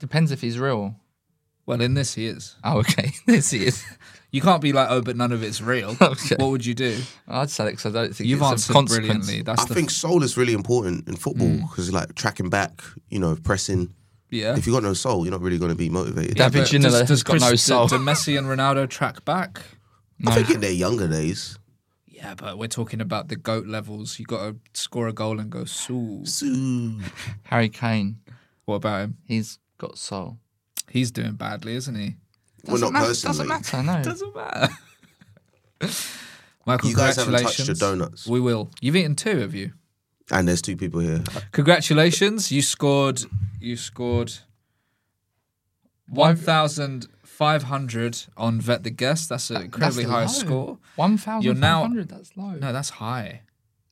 Speaker 1: Depends if he's real.
Speaker 2: Well, in this, he is.
Speaker 1: Oh, okay. this is.
Speaker 2: You can't be like, oh, but none of it's real.
Speaker 1: Okay.
Speaker 2: What would you do?
Speaker 1: I'd say it because I don't think
Speaker 2: You've
Speaker 1: it's a
Speaker 2: answered
Speaker 1: consequence.
Speaker 2: brilliantly. That's
Speaker 3: I
Speaker 2: the Mm.
Speaker 3: think soul is really important in football because, like, tracking back, you know, pressing.
Speaker 2: yeah.
Speaker 3: If you got no soul, you're not really going to be motivated.
Speaker 1: David
Speaker 2: But
Speaker 1: Ginola has got no
Speaker 2: do-
Speaker 1: soul.
Speaker 2: Do, Messi and Ronaldo track back?
Speaker 3: I think in their younger days,
Speaker 2: Yeah, but we're talking about the goat levels. You got to score a goal and go soul.
Speaker 1: Harry Kane,
Speaker 2: What about him?
Speaker 1: he's got soul.
Speaker 2: He's doing badly, isn't he?
Speaker 3: well, not
Speaker 1: matter, Doesn't
Speaker 3: personally.
Speaker 1: matter. No.
Speaker 2: Doesn't matter. Michael,
Speaker 3: You guys haven't touched your
Speaker 2: congratulations.
Speaker 3: donuts.
Speaker 2: We will. You've eaten two, have you?
Speaker 3: And there's two people here.
Speaker 2: Congratulations, you scored. You scored one thousand five hundred on vet the guest. That's an incredibly high score.
Speaker 1: One thousand
Speaker 2: You're now-
Speaker 1: five hundred. That's low.
Speaker 2: No, that's high.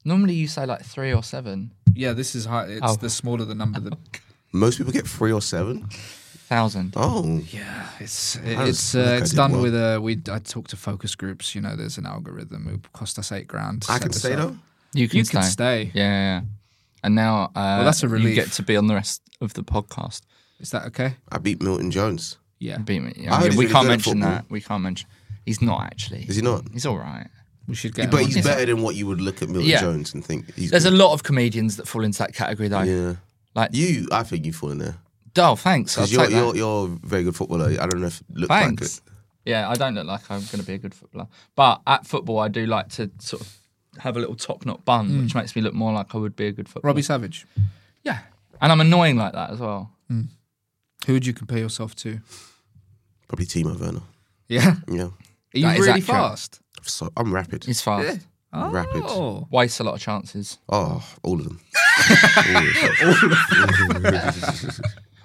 Speaker 1: Normally you say like three or seven
Speaker 2: Yeah, this is high. It's
Speaker 1: Oh.
Speaker 2: the smaller the number, the
Speaker 3: Most people get three or seven.
Speaker 1: thousand.
Speaker 3: Oh,
Speaker 2: Yeah, it's
Speaker 3: was-
Speaker 2: it's
Speaker 3: I
Speaker 2: uh,
Speaker 3: think I
Speaker 2: it's
Speaker 3: did
Speaker 2: done
Speaker 3: well.
Speaker 2: with a we. I talk to focus groups. You know, there's an algorithm. It cost us eight grand. to
Speaker 3: I
Speaker 2: set
Speaker 3: can
Speaker 2: this
Speaker 3: say
Speaker 2: up.
Speaker 3: though.
Speaker 1: You
Speaker 2: You can stay.
Speaker 1: Yeah, yeah, yeah. And now uh,
Speaker 2: that's a
Speaker 1: You
Speaker 2: relief.
Speaker 1: get to be on the rest of the podcast.
Speaker 2: Is that okay?
Speaker 3: I beat Milton Jones.
Speaker 2: Yeah,
Speaker 1: Beat me. Yeah,
Speaker 3: I heard
Speaker 1: we
Speaker 3: he's really
Speaker 1: can't
Speaker 3: good at
Speaker 1: mention
Speaker 3: football.
Speaker 1: that. We can't mention. He's not actually.
Speaker 3: Is he not?
Speaker 1: He's all right.
Speaker 2: we should get.
Speaker 3: But
Speaker 2: him on.
Speaker 3: he's better than what you would look at Milton
Speaker 1: Yeah.
Speaker 3: Jones and think he's.
Speaker 1: There's a
Speaker 3: good.
Speaker 1: lot of comedians that fall into that category though.
Speaker 3: Yeah.
Speaker 1: Like,
Speaker 3: You, I think you fall in there
Speaker 1: oh, thanks. I'll
Speaker 3: because you're,
Speaker 1: take that.
Speaker 3: you're you're a very good footballer. I don't know if look like
Speaker 1: Thanks.
Speaker 3: it.
Speaker 1: Yeah, I don't look like I'm going to be a good footballer. But at football, I do like to sort of have a little top knot bun, which makes me look more like I would be a good footballer.
Speaker 2: Mm. Robbie Savage.
Speaker 1: Yeah. And I'm annoying like that as well.
Speaker 2: Who would you compare yourself to?
Speaker 3: Probably Timo Werner.
Speaker 2: Yeah, are
Speaker 3: Yeah.
Speaker 2: you
Speaker 1: That is
Speaker 2: really
Speaker 1: accurate.
Speaker 2: fast?
Speaker 3: So I'm rapid.
Speaker 1: He's fast.
Speaker 2: Oh,
Speaker 3: Rapid.
Speaker 1: Wastes a lot of chances.
Speaker 3: Oh, all of them.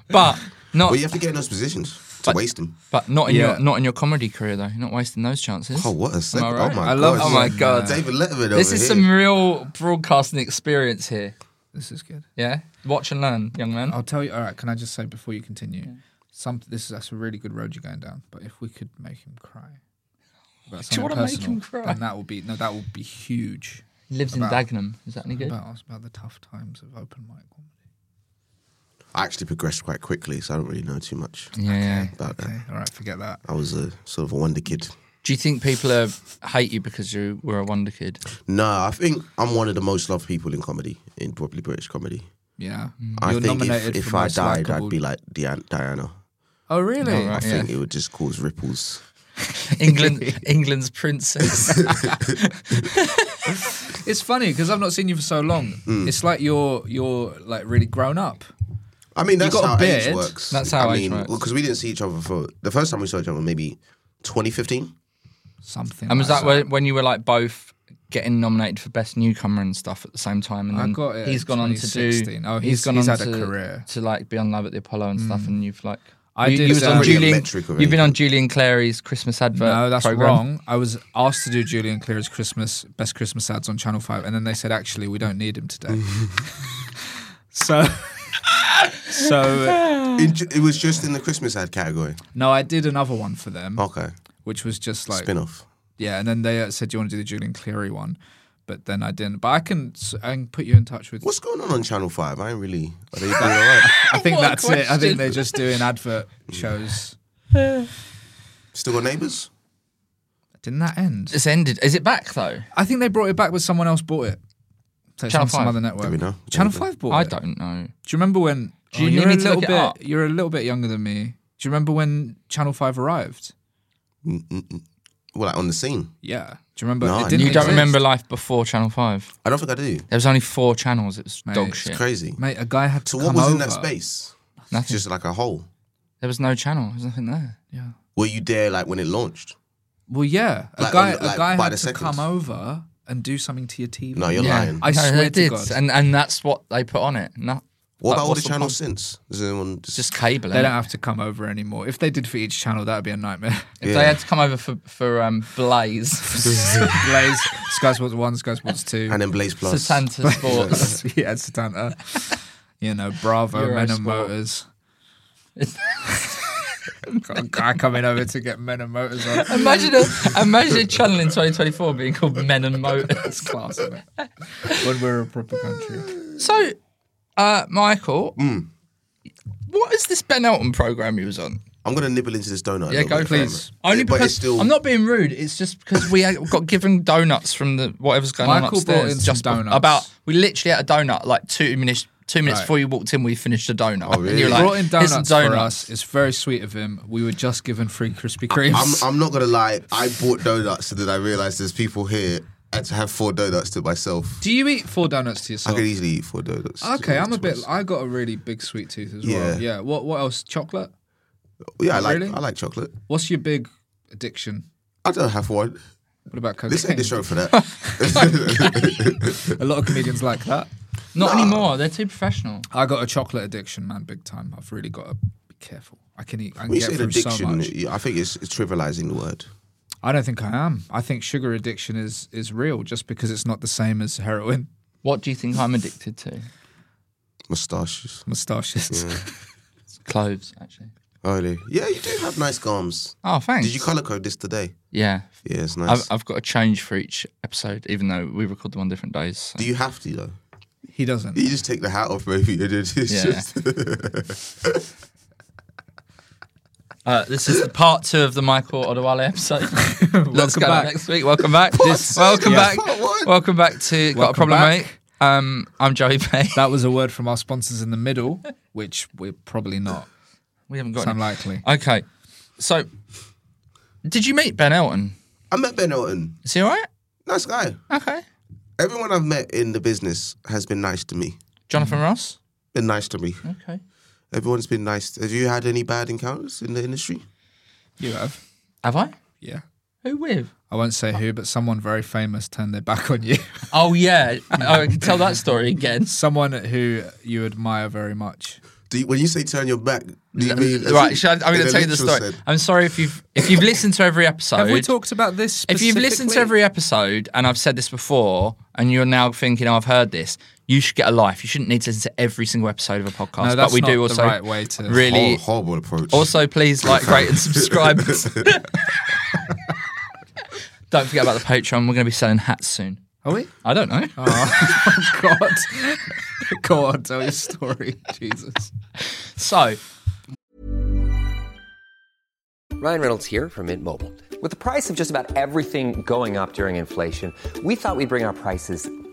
Speaker 1: But not
Speaker 3: Well, you have to get in those positions to waste them.
Speaker 1: but not in
Speaker 2: Yeah.
Speaker 1: your not in your comedy career though. You're not wasting those chances.
Speaker 3: Oh, what a second!
Speaker 1: I
Speaker 3: Oh
Speaker 1: right?
Speaker 3: my
Speaker 2: I love-
Speaker 3: God!
Speaker 2: oh my
Speaker 1: God.
Speaker 3: David Letterman.
Speaker 1: this
Speaker 3: over
Speaker 1: is
Speaker 3: here.
Speaker 1: some real broadcasting experience here.
Speaker 2: this is good.
Speaker 1: Yeah? Watch and learn, young man.
Speaker 2: I'll tell you. All right. Can I just say before you continue, some this is that's a really good road you're going down. But if we could make him cry, about
Speaker 1: Do you
Speaker 2: something
Speaker 1: wanna make
Speaker 2: personal,
Speaker 1: him cry?
Speaker 2: then that will be no, that will be huge.
Speaker 1: He lives
Speaker 2: About-
Speaker 1: in Dagenham. Is that any good?
Speaker 2: About us, about the tough times of open mic comedy.
Speaker 3: I actually progressed quite quickly, so I don't really know too much
Speaker 1: yeah, yeah.
Speaker 3: about that.
Speaker 2: Okay, all right, forget that.
Speaker 3: I was a sort of a wonder kid.
Speaker 1: Do you think people are, hate you because you were a wonder kid?
Speaker 3: No, I think I'm one of the most loved people in comedy, in probably British comedy.
Speaker 2: Yeah,
Speaker 1: Mm.
Speaker 3: I
Speaker 2: You're
Speaker 3: think if,
Speaker 2: nominated
Speaker 3: if
Speaker 2: for
Speaker 3: I
Speaker 2: most
Speaker 3: died,
Speaker 2: likable-
Speaker 3: I'd be like Dian- Diana.
Speaker 2: Oh really?
Speaker 1: Oh, right.
Speaker 3: I
Speaker 1: Yeah.
Speaker 3: think it would just cause ripples.
Speaker 1: England, England's princess.
Speaker 2: It's funny because I've not seen you for so long.
Speaker 3: Mm.
Speaker 2: It's like you're you're like really grown up.
Speaker 3: I mean, that's
Speaker 2: got a
Speaker 3: how age
Speaker 2: beard.
Speaker 3: works.
Speaker 1: That's how
Speaker 3: I
Speaker 1: age
Speaker 3: mean,
Speaker 1: works.
Speaker 3: Because we didn't see each other for the first time we saw each other maybe 2015.
Speaker 2: Something.
Speaker 1: and was
Speaker 2: like
Speaker 1: that when, when you were like both getting nominated for best newcomer and stuff at the same time? And
Speaker 2: I
Speaker 1: then
Speaker 2: got it,
Speaker 1: He's gone on to do.
Speaker 2: 2016. Oh, he's-
Speaker 1: gone
Speaker 2: he's
Speaker 1: on
Speaker 2: had a
Speaker 1: to,
Speaker 2: career. Mm.
Speaker 1: to like be on Live at the Apollo and stuff. And you've like.
Speaker 2: I
Speaker 1: you,
Speaker 2: did,
Speaker 1: you was
Speaker 2: uh,
Speaker 1: on
Speaker 2: Really
Speaker 1: Julian,
Speaker 3: electric or
Speaker 1: You've been on Julian Clary's Christmas advert.
Speaker 2: No, that's
Speaker 1: programme.
Speaker 2: wrong. I was asked to do Julian Clear's Christmas best Christmas ads on Channel Five, and then they said actually we don't need him today. so, so
Speaker 3: It, ju- it was just in the Christmas ad category.
Speaker 2: no, I did another one for them,
Speaker 3: Okay.
Speaker 2: which was just like
Speaker 3: Spin off.
Speaker 2: yeah, and then they uh, said do you want to do the Julian Cleary one, but then I didn't. But I can s- I can put you in touch with.
Speaker 3: What's going on on Channel 5? I ain't really. Are they doing all right?
Speaker 2: I think
Speaker 1: What a
Speaker 2: that's it. I
Speaker 1: question.
Speaker 2: think they're just doing advert shows.
Speaker 3: Still got neighbours?
Speaker 2: Didn't that end?
Speaker 1: It's ended. Is it back though?
Speaker 2: I think they brought it back, but someone else bought it. So it's
Speaker 1: Channel
Speaker 2: on some
Speaker 1: 5.
Speaker 2: other network.
Speaker 3: Do we know?
Speaker 2: Channel
Speaker 3: Maybe.
Speaker 2: Five bought
Speaker 1: I
Speaker 2: it.
Speaker 1: don't know.
Speaker 2: Do you remember when?
Speaker 1: Do you
Speaker 2: oh,
Speaker 1: need
Speaker 2: you're
Speaker 1: me
Speaker 2: a
Speaker 1: to
Speaker 2: little
Speaker 1: look it
Speaker 2: bit?
Speaker 1: up?
Speaker 2: You're a little bit younger than me. Do you remember when Channel Five arrived?
Speaker 3: Well, like on the scene.
Speaker 2: Yeah. Do you remember?
Speaker 3: No,
Speaker 2: it didn't
Speaker 1: You don't
Speaker 2: exist.
Speaker 1: remember life before Channel Five.
Speaker 3: I don't think I do.
Speaker 1: There was only four channels. It was
Speaker 2: Mate,
Speaker 1: dog
Speaker 2: it's
Speaker 1: shit.
Speaker 3: Crazy.
Speaker 2: mate? A guy had to
Speaker 3: So what
Speaker 2: come
Speaker 3: was
Speaker 2: over.
Speaker 3: in that space?
Speaker 1: Nothing.
Speaker 3: Just like a hole.
Speaker 1: There was no channel. There's nothing there.
Speaker 2: Yeah.
Speaker 3: Were you there like when it launched?
Speaker 2: Well, yeah. A
Speaker 3: Like,
Speaker 2: guy,
Speaker 3: on the- like,
Speaker 2: a guy
Speaker 3: by
Speaker 2: had
Speaker 3: the
Speaker 2: to
Speaker 3: seconds.
Speaker 2: come over and do something to your TV.
Speaker 3: No, you're
Speaker 1: Yeah.
Speaker 3: lying.
Speaker 2: I
Speaker 1: No,
Speaker 2: swear
Speaker 1: they
Speaker 2: to
Speaker 1: did,
Speaker 2: God.
Speaker 1: and and that's what they put on it. No,
Speaker 3: What
Speaker 1: like,
Speaker 3: about all the
Speaker 1: what's
Speaker 3: channels
Speaker 1: point?
Speaker 3: since? Is anyone just,
Speaker 1: Just cable.
Speaker 2: They
Speaker 1: innit?
Speaker 2: don't have to come over anymore. If they did for each channel, that'd be a nightmare.
Speaker 1: If they had to come over for for um, Blaze,
Speaker 2: Blaze, Sky Sports One, Sky Sports Two,
Speaker 3: and then Blaze Plus?
Speaker 1: Satanta Sports.
Speaker 2: yeah, Satanta. You know, Bravo, Men
Speaker 1: Eurosport.
Speaker 2: and Motors. Got a guy coming over to get Men and Motors on.
Speaker 1: imagine a imagine a channel in 2024 being called Men and Motors.
Speaker 2: That's class, isn't it? When we're a proper country.
Speaker 1: So, uh, Michael,
Speaker 2: Hmm.
Speaker 1: what is this Ben Elton program you was on?
Speaker 3: I'm gonna nibble into this donut. a
Speaker 1: Yeah,
Speaker 3: little
Speaker 1: go
Speaker 3: bit, fam.
Speaker 1: please.
Speaker 3: Yeah,
Speaker 1: Only
Speaker 3: but
Speaker 1: because
Speaker 3: it's still.
Speaker 1: I'm not being rude. It's just because we got given donuts from the whatever's going on
Speaker 2: Michael brought
Speaker 1: upstairs.
Speaker 2: in some
Speaker 1: just be-
Speaker 2: donuts.
Speaker 1: about we literally had a donut like two minutes. Two minutes
Speaker 2: Right.
Speaker 1: before you walked in, we finished a donut. Oh,
Speaker 3: really?
Speaker 1: And you're
Speaker 3: He
Speaker 1: like,
Speaker 2: Brought in
Speaker 1: "Here's
Speaker 2: donuts,
Speaker 1: some
Speaker 2: for
Speaker 1: donuts."
Speaker 2: us. It's very sweet of him. We were just given free Krispy Kremes.
Speaker 3: I'm, I'm not gonna lie. I bought donuts so that I realized there's people here. and to have four donuts to myself.
Speaker 2: Do you eat four donuts to
Speaker 3: I
Speaker 2: yourself?
Speaker 3: could easily eat four donuts. to
Speaker 2: Okay, I'm a bit.
Speaker 3: myself.
Speaker 2: I got a really big sweet tooth as
Speaker 3: Yeah.
Speaker 2: well. Yeah. What? What else? Chocolate.
Speaker 3: Yeah, I like
Speaker 2: Really?
Speaker 3: I like chocolate.
Speaker 2: What's your big addiction?
Speaker 3: I don't have one.
Speaker 2: What about cocaine?
Speaker 3: This ain't the show for that.
Speaker 2: A lot of comedians like that.
Speaker 1: Not anymore. They're too professional.
Speaker 2: I got a chocolate addiction, man, big time. I've really got to be careful. I can eat. I can
Speaker 3: when you
Speaker 2: get
Speaker 3: say
Speaker 2: through
Speaker 3: addiction,
Speaker 2: so much.
Speaker 3: I think it's, it's trivializing the word.
Speaker 2: I don't think I am. I think sugar addiction is is real, just because it's not the same as heroin.
Speaker 1: What do you think I'm addicted to?
Speaker 3: Mustaches.
Speaker 2: Mustaches.
Speaker 1: Cloves, actually.
Speaker 3: Oh, really? Yeah, you do have nice gums.
Speaker 1: Oh, thanks.
Speaker 3: Did you color code this today?
Speaker 1: Yeah.
Speaker 3: Yeah, it's
Speaker 1: I've,
Speaker 3: nice.
Speaker 1: I've got a change for each episode, even though we record them on different days. so-
Speaker 3: Do you have to though?
Speaker 2: He doesn't.
Speaker 3: You just take the hat off, maybe. And it's
Speaker 1: Yeah.
Speaker 3: just,
Speaker 1: Uh, this is the part two of the Michael Odawale episode. Let's
Speaker 2: Welcome
Speaker 1: go
Speaker 2: back.
Speaker 1: next week. Welcome back. This- welcome
Speaker 3: Yeah.
Speaker 1: back.
Speaker 3: Part one.
Speaker 1: Welcome back to Got a
Speaker 2: Welcome
Speaker 1: Problem,
Speaker 2: back.
Speaker 1: mate. Um, I'm Joey Pay.
Speaker 2: That was a word from our sponsors in the middle, which we're probably not.
Speaker 1: We haven't
Speaker 2: It's
Speaker 1: got any.
Speaker 2: unlikely.
Speaker 1: Okay. So, did you meet Ben Elton?
Speaker 3: I met Ben Elton.
Speaker 1: Is he all right?
Speaker 3: Nice guy.
Speaker 1: Okay.
Speaker 3: Everyone I've met in the business has been nice to me.
Speaker 1: Jonathan Ross?
Speaker 3: Been nice to me.
Speaker 1: Okay.
Speaker 3: Everyone's been nice. Have you had any bad encounters in the industry?
Speaker 2: You have.
Speaker 1: Have I?
Speaker 2: Yeah.
Speaker 1: Who with?
Speaker 2: I won't say who, but someone very famous turned their back on you.
Speaker 1: Oh, yeah. oh, I can tell that story again.
Speaker 2: someone who you admire very much.
Speaker 3: Do you, when you say turn your back, do you mean
Speaker 1: right, shall I, I'm
Speaker 3: in
Speaker 1: going
Speaker 3: a
Speaker 1: to tell you the
Speaker 3: literal
Speaker 1: story.
Speaker 3: sense?
Speaker 1: I'm sorry if you've if you've listened to every episode.
Speaker 2: Have we talked about this?
Speaker 1: if you've listened to
Speaker 2: specifically?
Speaker 1: every episode, and I've said this before, and you're now thinking, oh, I've heard this, you should get a life. You shouldn't need to listen to every single episode of a podcast.
Speaker 2: No,
Speaker 1: but
Speaker 2: that's
Speaker 1: we
Speaker 2: not
Speaker 1: do
Speaker 2: the
Speaker 1: also
Speaker 2: right way to-
Speaker 1: really.
Speaker 3: Hor- horrible approach.
Speaker 1: Also, please like, rate, and subscribe. Don't forget about the Patreon. We're going to be selling hats soon.
Speaker 2: Are we?
Speaker 1: I don't know.
Speaker 2: Oh, God. Go on, tell your story. Jesus.
Speaker 1: So,
Speaker 4: Ryan Reynolds here from Mint Mobile. With the price of just about everything going up during inflation, we thought we'd bring our prices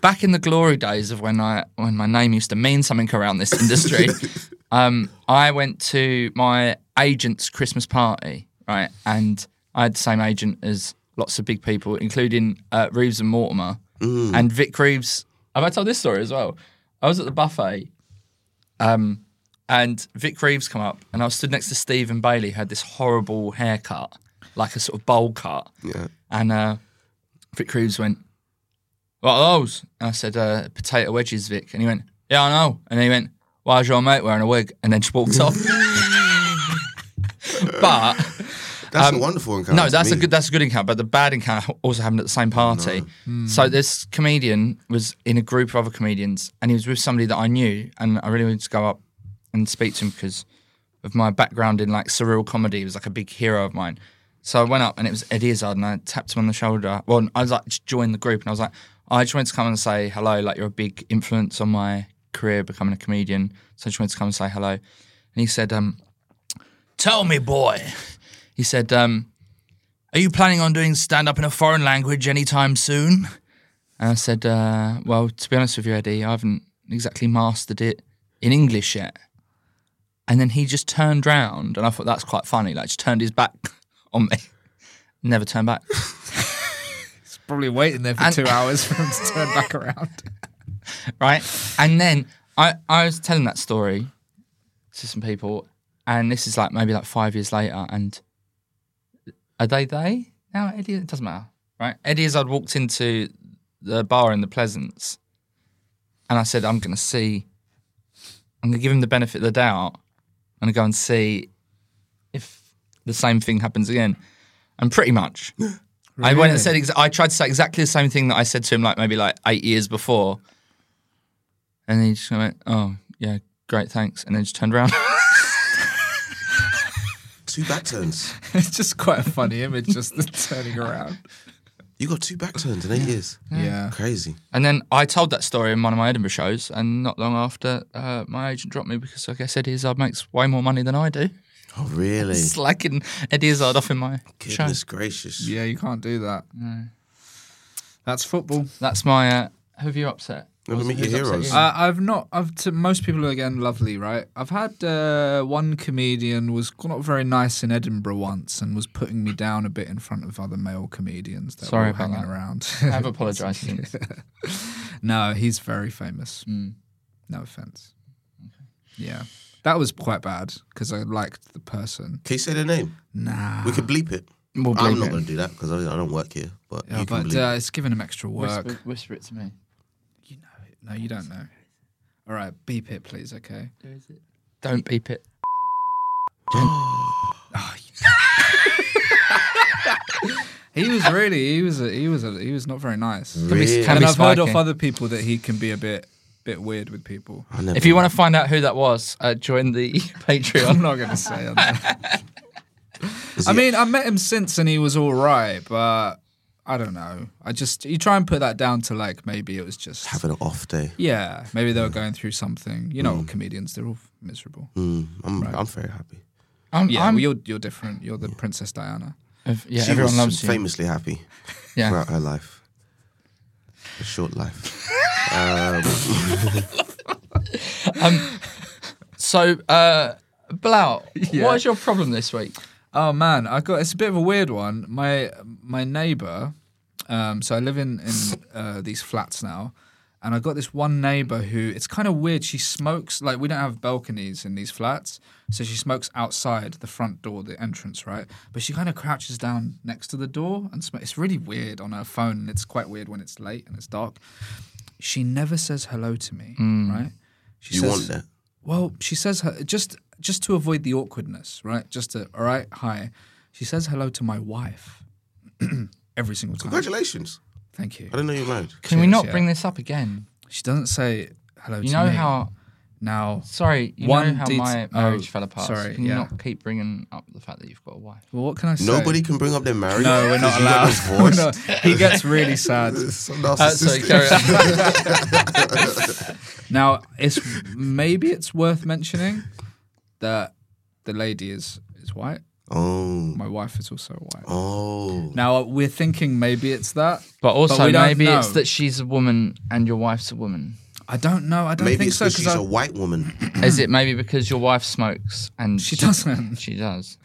Speaker 1: back in the glory days of when I when my name used to mean something around this industry, um, I went to my agent's Christmas party, right? And I had the same agent as lots of big people, including uh, Reeves and Mortimer and Vic Reeves. Have I told this story as well? I was at the buffet, um, and Vic Reeves come up, and I was stood next to Stephen Bailey, who had this horrible haircut, like a sort of bowl cut,
Speaker 3: Yeah.
Speaker 1: and uh, Vic Reeves went. What are those? And I said, uh, potato wedges, Vic. And he went, Yeah, I know. And then he went, Why's your mate wearing a wig? And then just walked off. but
Speaker 3: That's a wonderful encounter.
Speaker 1: um, no,
Speaker 3: to
Speaker 1: Oh, that's a
Speaker 3: me.
Speaker 1: good that's a good encounter. But the bad encounter also happened at the same party. So this comedian was in a group of other comedians, and he was with somebody that I knew, and I really wanted to go up and speak to him because of my background in like surreal comedy. He was like a big hero of mine. So I went up, and it was Eddie Izzard, and I tapped him on the shoulder. Well, I was like, just join the group, and I was like, "Oh, I just wanted to come and say hello. Like you're a big influence on my career becoming a comedian, so I just wanted to come and say hello. And he said, um, "Tell me, boy," he said. Um, are you planning on doing stand up in a foreign language anytime soon? And I said, uh, well, to be honest with you, Eddie, I haven't exactly mastered it in English yet. And then he just turned round, and I thought that's quite funny. Like, just turned his back on me. Never turned back.
Speaker 2: Probably waiting there for
Speaker 1: And-
Speaker 2: two hours for him to turn back around.
Speaker 1: right? And then I, I was telling that story to some people, and this is like maybe like five years later, and are they they now? Eddie, it doesn't matter, right? Eddie Izzard walked into the bar in the Pleasance, and I said, I'm going to see, I'm going to give him the benefit of the doubt, I'm going to go and see if the same thing happens again, and pretty much. I went and said ex- I tried to say exactly the same thing that I said to him like maybe like eight years before, and then he just went, "Oh yeah, great, thanks," and then just turned around.
Speaker 3: two back turns.
Speaker 2: It's just quite a funny image, just the turning around.
Speaker 3: You got two back turns in eight years.
Speaker 2: Yeah.
Speaker 3: Crazy.
Speaker 1: and then I told that story in one of my Edinburgh shows, and not long after, uh, my agent dropped me because I guess Eddie Izzard makes way more money than I do.
Speaker 3: Oh, really?
Speaker 1: Slacking Eddie Izzard off in my show.
Speaker 3: Goodness gracious.
Speaker 2: Yeah, you can't do that. That's football.
Speaker 1: That's my. Uh, who have you upset?
Speaker 3: Never meet your
Speaker 1: Who's upset
Speaker 3: heroes.
Speaker 1: you?
Speaker 2: Uh, I've not. I've to most people are again lovely, right? I've had uh, one comedian was not very nice in Edinburgh once and was putting me down a bit in front of other male comedians that
Speaker 1: Sorry
Speaker 2: were
Speaker 1: about
Speaker 2: hanging
Speaker 1: that.
Speaker 2: around.
Speaker 1: I've apologised. since.
Speaker 2: no, he's very famous.
Speaker 1: Hmm.
Speaker 2: No offense. Yeah, that was quite bad because I liked the person.
Speaker 3: Can you say their name? Nah. We could bleep it.
Speaker 1: We'll
Speaker 3: I'm
Speaker 1: bleep
Speaker 3: not
Speaker 1: it.
Speaker 3: going to do that because I I don't work here. But
Speaker 2: Yeah,
Speaker 3: you can
Speaker 2: but
Speaker 3: bleep
Speaker 2: uh, it's giving him extra work.
Speaker 1: Whisper, whisper it to me.
Speaker 2: No, you don't know. All right, beep it, please. Okay.
Speaker 1: Don't beep it.
Speaker 2: He was really. He was. A, he was. A, he was not very nice.
Speaker 3: it. Really?
Speaker 1: Can
Speaker 2: and
Speaker 1: be
Speaker 2: I've heard
Speaker 1: spiky.
Speaker 2: off other people that he can be a bit bit weird with people.
Speaker 3: I never-
Speaker 1: If you want to find out who that was, uh, join the Patreon.
Speaker 2: I'm not going to say on that. I mean, uh, I met him since and he was all right, but I don't know. I just you try and put that down to like maybe it was just
Speaker 3: having an off day.
Speaker 2: yeah, maybe they were going through something. You know,
Speaker 3: Hmm.
Speaker 2: comedians they're all miserable.
Speaker 3: Mm, I'm, I'm very happy.
Speaker 1: I'm,
Speaker 2: Yeah,
Speaker 1: I'm-
Speaker 2: well, you're you're different. You're the Princess Diana.
Speaker 1: yeah,
Speaker 3: she
Speaker 1: everyone
Speaker 3: was
Speaker 1: loves you.
Speaker 3: famously happy
Speaker 1: Yeah.
Speaker 3: throughout her life. A short life.
Speaker 1: So, uh, Blau, what is your problem this week?
Speaker 2: Oh man, I got it's a bit of a weird one. My my neighbor, um, so I live in in uh, these flats now, and I got this one neighbor who it's kind of weird. She smokes like we don't have balconies in these flats, so she smokes outside the front door, the entrance, right? But she kind of crouches down next to the door and sm- it's really weird on her phone. And it's quite weird when it's late and it's dark. She never says hello to me, right? She
Speaker 3: You
Speaker 2: says,
Speaker 3: want that?
Speaker 2: well, she says her, just just to avoid the awkwardness, right? Just to all right, hi. She says hello to my wife every single time.
Speaker 3: Congratulations.
Speaker 2: Thank you.
Speaker 3: I didn't know you were married.
Speaker 1: Can we not
Speaker 2: yeah.
Speaker 1: bring this up again?
Speaker 2: She doesn't say hello.
Speaker 1: You
Speaker 2: to
Speaker 1: know
Speaker 2: me.
Speaker 1: how.
Speaker 2: now?
Speaker 1: Sorry, you
Speaker 2: One
Speaker 1: know how
Speaker 2: det-
Speaker 1: my
Speaker 2: oh,
Speaker 1: marriage fell apart.
Speaker 2: sorry,
Speaker 1: Can you
Speaker 2: yeah.
Speaker 1: not keep bringing up the fact that you've got a wife?
Speaker 2: Well, what can I say?
Speaker 3: Nobody can bring up their marriage.
Speaker 2: No, we're not allowed. We're not- he gets really sad.
Speaker 3: So
Speaker 1: Uh, sorry,
Speaker 3: narcissistic.
Speaker 1: carry on.
Speaker 2: Now, it's maybe it's worth mentioning that the lady is is white.
Speaker 3: oh,
Speaker 2: My wife is also white.
Speaker 3: oh.
Speaker 2: Now we're thinking maybe it's that,
Speaker 1: But also,
Speaker 2: we don't
Speaker 1: maybe it's
Speaker 2: know.
Speaker 1: that she's a woman and your wife's a woman.
Speaker 2: I don't know. I don't
Speaker 3: Maybe
Speaker 2: think
Speaker 3: it's
Speaker 2: so
Speaker 3: because
Speaker 2: because
Speaker 3: she's a white woman.
Speaker 1: Is it maybe because your wife smokes and
Speaker 2: She doesn't.
Speaker 1: She does.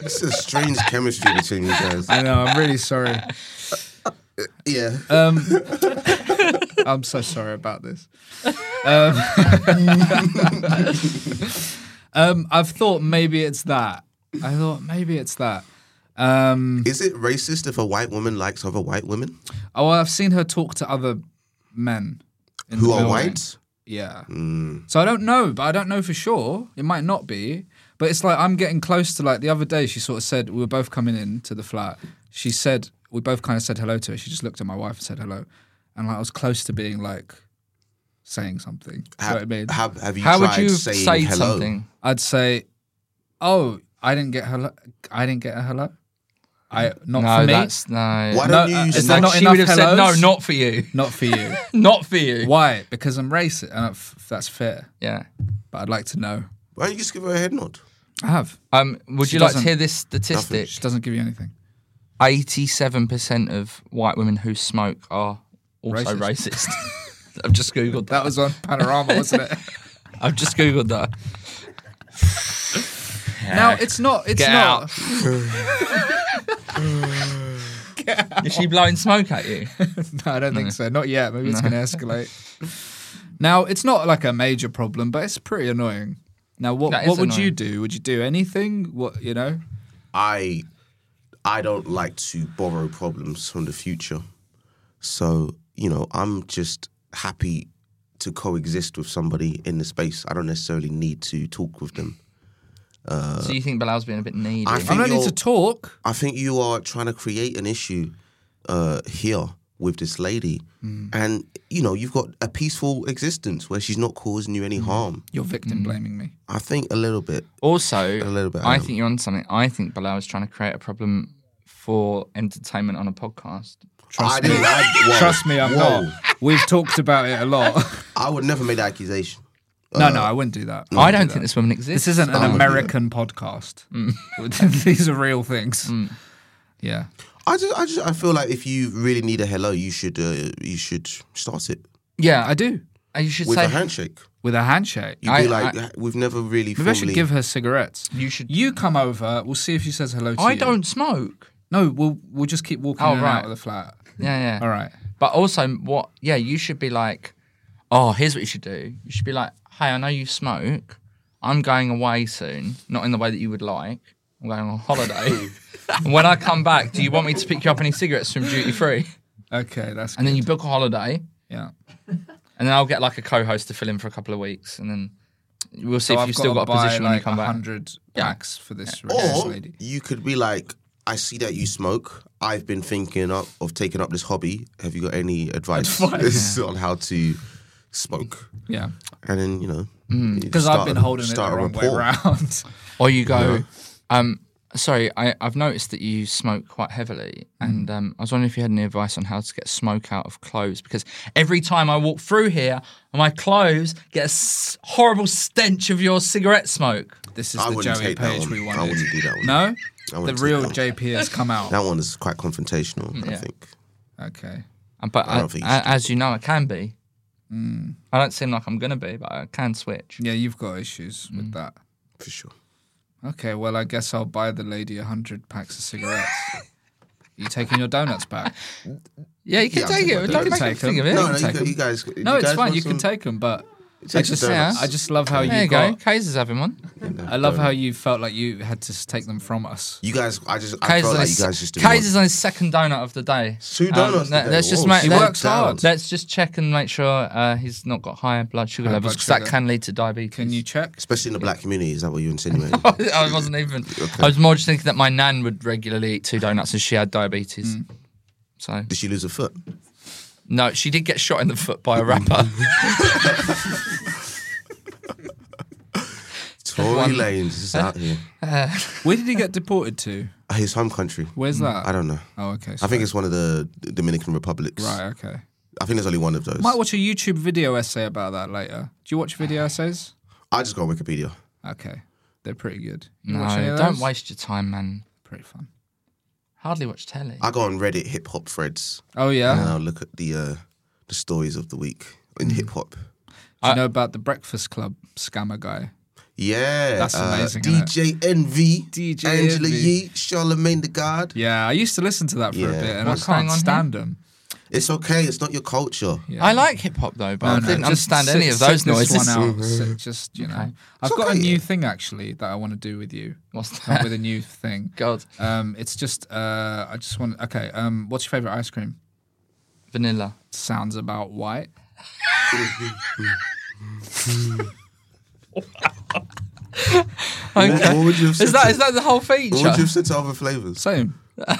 Speaker 3: This is strange chemistry between you guys.
Speaker 2: I know. I'm really sorry.
Speaker 3: Yeah.
Speaker 2: I'm so sorry about this. Um, um, I've thought maybe it's that. I thought maybe it's that. Um,
Speaker 3: is it racist if a white woman likes other white women
Speaker 2: oh, well, I've seen her talk to other men in
Speaker 3: who
Speaker 2: the
Speaker 3: are
Speaker 2: building.
Speaker 3: white? Hmm.
Speaker 2: Yeah. So I don't know, but I don't know for sure. It might not be. But it's like I'm getting close to like the other day. She sort of said we were both coming in to the flat. She said we both kind of said hello to her. She just looked at my wife and said hello, and like I was close to being like saying something. Do you know
Speaker 3: Ha-
Speaker 2: what I mean?
Speaker 3: have, have you
Speaker 1: How would
Speaker 3: tried
Speaker 1: you
Speaker 3: saying
Speaker 1: say
Speaker 3: hello?
Speaker 1: something?
Speaker 2: I'd say, "Oh, I didn't get hello. I didn't get a hello. I
Speaker 1: No,
Speaker 2: not for me.
Speaker 1: that's no.
Speaker 3: Why
Speaker 2: No,
Speaker 3: don't
Speaker 2: uh,
Speaker 3: you
Speaker 2: is
Speaker 3: use
Speaker 2: that
Speaker 3: like,
Speaker 2: not
Speaker 1: she
Speaker 2: enough
Speaker 1: would have said no,
Speaker 2: hellos?
Speaker 1: not for you,
Speaker 2: Not for you.
Speaker 1: not for you.
Speaker 2: Why? Because I'm racist, and if if that's fair.
Speaker 1: Yeah.
Speaker 2: But I'd like to know.
Speaker 3: Why don't you just give her a head nod?
Speaker 2: I have.
Speaker 1: Um, would
Speaker 2: She
Speaker 1: you like to
Speaker 2: doesn't.
Speaker 1: hear this statistic?
Speaker 2: She doesn't give you anything.
Speaker 1: Eighty-seven percent of white women who smoke are also racist. I've just googled that.
Speaker 2: That was on Panorama, wasn't it?
Speaker 1: I've just googled that.
Speaker 2: now it's not. It's
Speaker 1: Get
Speaker 2: not.
Speaker 1: out. Is she blowing smoke at you?
Speaker 2: No, I don't think so. Not yet. Maybe it's going to escalate. now it's not like a major problem, but it's pretty annoying. Now, what
Speaker 1: That is
Speaker 2: what would you
Speaker 1: annoying.
Speaker 2: do? Would you do anything? What you know?
Speaker 3: I I don't like to borrow problems from the future. So, you know, I'm just happy to coexist with somebody in the space. I don't necessarily need to talk with them.
Speaker 1: so you think Bilal's being a bit needy?
Speaker 2: I
Speaker 3: I think
Speaker 2: don't need
Speaker 3: you're-
Speaker 2: to talk.
Speaker 3: I think you are trying to create an issue uh, here with this lady.
Speaker 2: Mm.
Speaker 3: And, you know, you've got a peaceful existence where she's not causing you
Speaker 2: Mm.
Speaker 3: any harm.
Speaker 2: You're
Speaker 1: Mm.
Speaker 2: victim blaming me.
Speaker 3: I think a little bit.
Speaker 1: Also,
Speaker 3: little bit, um, I
Speaker 1: I
Speaker 3: am.
Speaker 1: think you're on something. I think Bilal is trying to create a problem for entertainment on a podcast.
Speaker 3: Trust I me. Didn't, I, whoa,
Speaker 2: Trust me, I'm
Speaker 3: whoa.
Speaker 2: not. We've talked about it a lot.
Speaker 3: I would never make that accusation.
Speaker 2: no, no, I wouldn't do that.
Speaker 1: Uh, I don't think this woman exists.
Speaker 2: This isn't
Speaker 3: I
Speaker 2: an
Speaker 3: would do
Speaker 2: American podcast.
Speaker 1: Mm.
Speaker 2: These are real things. Yeah.
Speaker 3: I just, I just, I feel like if you really need a hello, you should, uh, you should start it
Speaker 1: Yeah,
Speaker 2: I do.
Speaker 1: I, Oh, you should
Speaker 3: with
Speaker 1: say.
Speaker 3: a handshake.
Speaker 2: With a handshake.
Speaker 3: You'd
Speaker 1: I-
Speaker 3: be like, we've never really.
Speaker 2: Maybe I
Speaker 3: formally-
Speaker 2: should give her cigarettes.
Speaker 1: You should-
Speaker 2: You come over. We'll see if she says hello to you.
Speaker 1: I don't smoke.
Speaker 2: No, we'll we'll just keep walking
Speaker 1: Oh,
Speaker 2: in and
Speaker 1: right.
Speaker 2: out of the flat.
Speaker 1: Yeah, yeah.
Speaker 2: All right.
Speaker 1: But also, what? Yeah, you should be like, oh, here's what you should do. You should be like, hey, I know you smoke. I'm going away soon, not in the way that you would like. I'm going on holiday. and when I come back, do you want me to pick you up any cigarettes from duty free?
Speaker 2: Okay,
Speaker 1: And
Speaker 2: that's good.
Speaker 1: then you book a holiday.
Speaker 2: yeah.
Speaker 1: And then I'll get like a co-host to fill in for a couple of weeks, and then we'll see
Speaker 2: So
Speaker 1: if
Speaker 2: I've
Speaker 1: you've still
Speaker 2: gotta
Speaker 1: got a position
Speaker 2: buy
Speaker 1: when
Speaker 2: like
Speaker 1: you come back.
Speaker 2: hundred packs for this ridiculous
Speaker 3: Or
Speaker 2: lady.
Speaker 3: you could be like, I see that you smoke. I've been thinking up of taking up this hobby. Have you got any advice, on how to smoke?
Speaker 2: Yeah,
Speaker 3: And then you know,
Speaker 2: because Mm. I've been holding it the
Speaker 3: start a
Speaker 2: wrong way
Speaker 3: rapport.
Speaker 2: around.
Speaker 1: Or you go, um, sorry, I, I've noticed that you smoke quite heavily, and um, I was wondering if you had any advice on how to get smoke out of clothes because every time I walk through here, my clothes get a s- horrible stench of your cigarette smoke.
Speaker 2: this is
Speaker 3: I
Speaker 2: the
Speaker 3: wouldn't
Speaker 2: Joey
Speaker 3: take that
Speaker 2: Page we
Speaker 3: one.
Speaker 2: wanted.
Speaker 3: I wouldn't do that one.
Speaker 2: No,
Speaker 3: I wouldn't
Speaker 2: the
Speaker 3: take
Speaker 2: real
Speaker 3: that one.
Speaker 2: JP has come out.
Speaker 3: That one is quite confrontational. I think.
Speaker 2: Okay.
Speaker 1: And- Uh, But
Speaker 3: I
Speaker 1: I-
Speaker 3: don't think you
Speaker 1: a-
Speaker 3: should.
Speaker 1: as you know, I can be. I don't seem like I'm gonna be, but I can switch.
Speaker 2: Yeah, you've got issues
Speaker 1: Mm.
Speaker 2: with that.
Speaker 3: for sure.
Speaker 2: Okay, well, I guess I'll buy the lady a hundred packs of cigarettes. you taking your donuts back?
Speaker 1: Yeah, you can
Speaker 3: Yeah, I'll
Speaker 1: take
Speaker 3: take
Speaker 1: it.
Speaker 3: my
Speaker 1: Don't
Speaker 3: donuts.
Speaker 1: make
Speaker 2: Take
Speaker 1: a thing
Speaker 2: them.
Speaker 1: of it.
Speaker 3: no,
Speaker 1: You
Speaker 3: no,
Speaker 1: can take
Speaker 3: you,
Speaker 1: them.
Speaker 3: you guys. You
Speaker 2: No, it's
Speaker 3: guys
Speaker 2: fine.
Speaker 3: want
Speaker 2: You can
Speaker 3: some-
Speaker 2: take them, but I
Speaker 3: Take some
Speaker 2: just,
Speaker 3: donuts.
Speaker 2: I just love how
Speaker 1: There
Speaker 2: you
Speaker 1: you go.
Speaker 2: got.
Speaker 1: Kaiser's having one.
Speaker 2: I love how you felt like you had to take them from us.
Speaker 3: You guys, I just, I
Speaker 1: Kaiser's,
Speaker 3: felt
Speaker 1: on,
Speaker 3: like you
Speaker 1: his,
Speaker 3: guys just didn't
Speaker 1: Kaiser's
Speaker 3: want-
Speaker 1: on his second donut of the day.
Speaker 3: Two donuts
Speaker 1: let-
Speaker 3: today.
Speaker 1: Let's just
Speaker 3: Whoa,
Speaker 1: make.
Speaker 3: she
Speaker 1: let-
Speaker 3: works hard.
Speaker 1: Let's just check and make sure uh, he's not got higher blood sugar levels
Speaker 2: blood
Speaker 1: because that
Speaker 2: sugar.
Speaker 1: can lead to diabetes.
Speaker 2: Can you check?
Speaker 3: especially in the black community. Is that what you insinuating?
Speaker 1: I wasn't even. I was more just thinking that my nan would regularly eat two donuts and she had diabetes. So
Speaker 3: Did she lose a foot?
Speaker 1: no, she did get shot in the foot by a rapper.
Speaker 3: Tory Lanez is out here.
Speaker 2: Where did he get deported to?
Speaker 3: His home country.
Speaker 2: Where's that?
Speaker 3: Mm, I don't know.
Speaker 2: Oh, okay.
Speaker 3: I think
Speaker 2: sorry.
Speaker 3: it's one of the Dominican republics.
Speaker 2: right. Okay.
Speaker 3: I think there's only one of those.
Speaker 2: Might watch a YouTube video essay about that later. Do you watch video essays?
Speaker 3: I just go on Wikipedia.
Speaker 2: Okay, they're pretty good. You watch any
Speaker 1: no,
Speaker 2: of
Speaker 1: don't
Speaker 2: those?
Speaker 1: waste your time, man.
Speaker 2: Pretty fun.
Speaker 1: Hardly watch telly.
Speaker 3: I go on Reddit hip hop threads
Speaker 2: Oh yeah.
Speaker 3: and I'll look at the uh, the stories of the week
Speaker 2: Hmm.
Speaker 3: in hip hop.
Speaker 2: Do you know about the Breakfast Club scammer guy?
Speaker 3: Yeah,
Speaker 2: That's amazing,
Speaker 3: Uh, DJ NV,
Speaker 2: DJ
Speaker 3: Angela
Speaker 2: NV.
Speaker 3: Yee, Charlemagne the God.
Speaker 2: Yeah, I used to listen to that for a
Speaker 3: Yeah.
Speaker 2: bit, and
Speaker 1: What's
Speaker 2: I
Speaker 1: going
Speaker 2: can't
Speaker 1: on here?
Speaker 2: stand him.
Speaker 3: It's okay. It's not your culture.
Speaker 2: Yeah.
Speaker 1: I like hip hop though, but I didn't
Speaker 2: Oh, Just
Speaker 1: understand
Speaker 2: sit-
Speaker 1: any of
Speaker 2: sit
Speaker 1: those
Speaker 2: this
Speaker 1: noises.
Speaker 2: One out. Sit- just you know, I've got
Speaker 3: okay.
Speaker 2: a new thing actually that I want to do with you.
Speaker 1: What's
Speaker 2: Come up
Speaker 1: that?
Speaker 2: with a new thing.
Speaker 1: God,
Speaker 2: Um, it's just uh, I just want okay. Um, what's your favorite ice cream?
Speaker 1: vanilla.
Speaker 2: Sounds about white.
Speaker 3: What, what would you have said?
Speaker 1: Is that
Speaker 3: to-
Speaker 1: is that the whole
Speaker 3: what would you
Speaker 1: feature?
Speaker 3: have said to other flavors?
Speaker 2: Same.
Speaker 1: All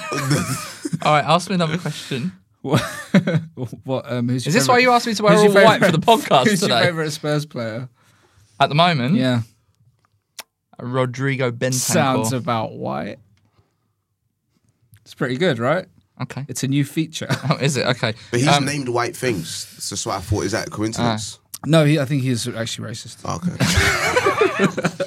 Speaker 1: right, ask me another question.
Speaker 2: What? what um, who's your
Speaker 1: Is this
Speaker 2: favorite?
Speaker 1: why you asked me to wear
Speaker 2: who's
Speaker 1: all
Speaker 2: your
Speaker 1: white for
Speaker 2: favourite-
Speaker 1: the podcast
Speaker 2: Who's your
Speaker 1: today?
Speaker 2: favorite Spurs player?
Speaker 1: At the moment,
Speaker 2: Yeah,
Speaker 1: Rodrigo Bentancur.
Speaker 2: sounds about white. It's pretty good, right?
Speaker 1: okay.
Speaker 2: It's a new feature.
Speaker 1: Oh, is it okay?
Speaker 3: But he's
Speaker 1: Um,
Speaker 3: named white things. So, so I thought, is that a coincidence? Oh,
Speaker 2: no, he, I think he's actually racist.
Speaker 3: okay.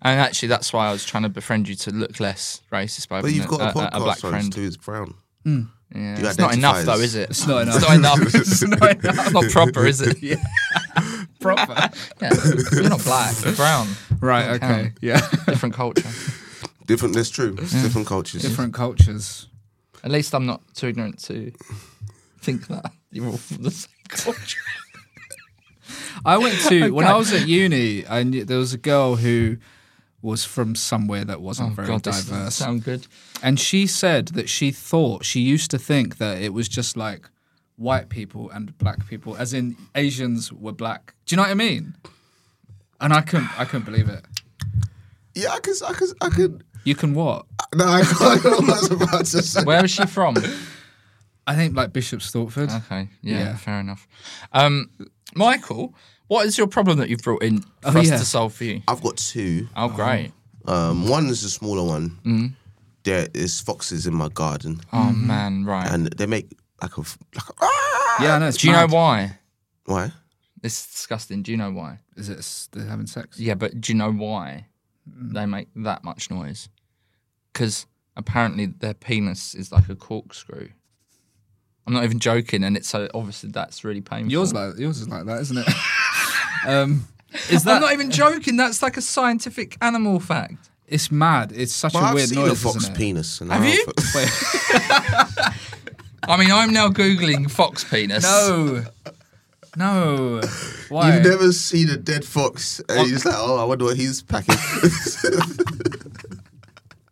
Speaker 1: and actually, that's why I was trying to befriend you to look less racist by
Speaker 3: But
Speaker 1: being
Speaker 3: you've got a,
Speaker 1: a,
Speaker 3: podcast
Speaker 1: a black
Speaker 3: on
Speaker 1: friend.
Speaker 3: who is brown.
Speaker 1: Yeah,
Speaker 3: you
Speaker 1: it's not
Speaker 3: identify
Speaker 1: enough
Speaker 3: as-
Speaker 1: though, is it?
Speaker 2: It's not
Speaker 1: It's
Speaker 2: enough.
Speaker 1: not enough.
Speaker 2: it's not enough.
Speaker 1: It's not proper, is it? Yeah.
Speaker 2: Proper.
Speaker 1: You're not black. You're brown.
Speaker 2: Right. Okay. Yeah.
Speaker 1: Different culture.
Speaker 3: Different. That's true. It's different cultures.
Speaker 2: Different cultures.
Speaker 1: At least I'm not too ignorant to think that you're all from the same culture.
Speaker 2: I went to when I was at uni. I knew, there was a girl who was from somewhere that wasn't very
Speaker 1: Oh, God, this doesn't
Speaker 2: diverse,
Speaker 1: sound good.
Speaker 2: and she said that she thought she used to think that it was just like white people and black people, as in Asians were black. Do you know what I mean? And I couldn't. I couldn't believe it.
Speaker 3: Yeah, I could. I could. I could.
Speaker 2: You can what?
Speaker 3: No, I can't. I was about to say.
Speaker 1: Where is she from?
Speaker 2: I think like Bishop's Stortford.
Speaker 1: Okay. Yeah,
Speaker 2: Yeah.
Speaker 1: fair enough. Um, Michael, what is your problem that you've brought in for us
Speaker 2: yeah.
Speaker 1: to solve for you?
Speaker 3: I've got two.
Speaker 1: Oh, great.
Speaker 3: Um, one is a smaller one. There is foxes in my garden,
Speaker 1: Oh, man, right.
Speaker 3: and they make like a. f- Like a ah!
Speaker 2: Yeah, I know. It's
Speaker 1: Do you know
Speaker 2: mad.
Speaker 1: why?
Speaker 3: Why?
Speaker 1: It's disgusting. Do you know why?
Speaker 2: Is it? s- They're having sex.
Speaker 1: Yeah, but do you know why they make that much noise? Because apparently their penis is like a corkscrew. I'm not even joking, and it's so obviously that's really painful.
Speaker 2: Yours like yours is like that, isn't it? um,
Speaker 1: is that? I'm not even joking. That's like a scientific animal fact.
Speaker 2: it's mad. It's such
Speaker 3: Well,
Speaker 2: a
Speaker 3: I've
Speaker 2: weird
Speaker 3: seen
Speaker 2: noise.
Speaker 3: a fox
Speaker 2: isn't it?
Speaker 3: penis. And
Speaker 1: Have
Speaker 3: I
Speaker 1: you?
Speaker 3: thought-
Speaker 1: I mean, I'm now googling fox penis.
Speaker 2: No, no. Why?
Speaker 3: You've never seen a dead fox, and you're just like, oh, I wonder what he's packing.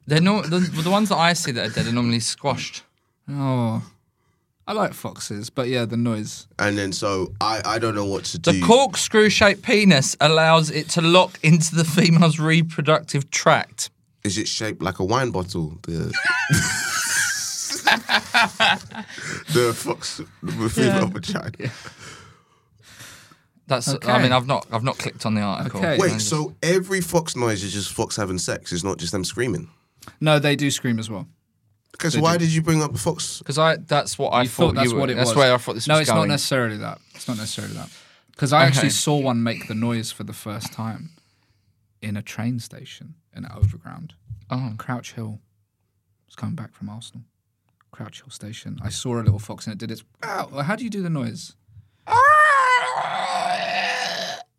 Speaker 1: they're not the, the ones that I see that are dead are normally squashed.
Speaker 2: Oh, I like foxes, but yeah, the noise.
Speaker 3: and then so I, I don't know what to do.
Speaker 1: The corkscrew shaped penis allows it to lock into the female's reproductive tract.
Speaker 3: Is it shaped like a wine bottle? The the fox with female vagina.
Speaker 1: That's I
Speaker 2: Okay.
Speaker 1: mean I've not I've not clicked on the article.
Speaker 2: Okay.
Speaker 3: Wait, so every fox noise is just fox having sex. It's not just them screaming.
Speaker 2: No, they do scream as well.
Speaker 3: Okay, so why did you bring up a fox?
Speaker 1: Because I that's what I
Speaker 2: You
Speaker 1: thought,
Speaker 2: thought, that's
Speaker 1: you were,
Speaker 2: what it
Speaker 1: that's
Speaker 2: was.
Speaker 1: where I thought this
Speaker 2: no,
Speaker 1: was
Speaker 2: it's
Speaker 1: going.
Speaker 2: not necessarily that. It's not necessarily that. Because I
Speaker 1: Okay.
Speaker 2: actually saw one make the noise for the first time in a train station in Overground,
Speaker 1: Oh.
Speaker 2: Crouch Hill. It's coming back from Arsenal. Crouch Hill Station, I saw a little fox and it did its. Ow, how do you do the noise?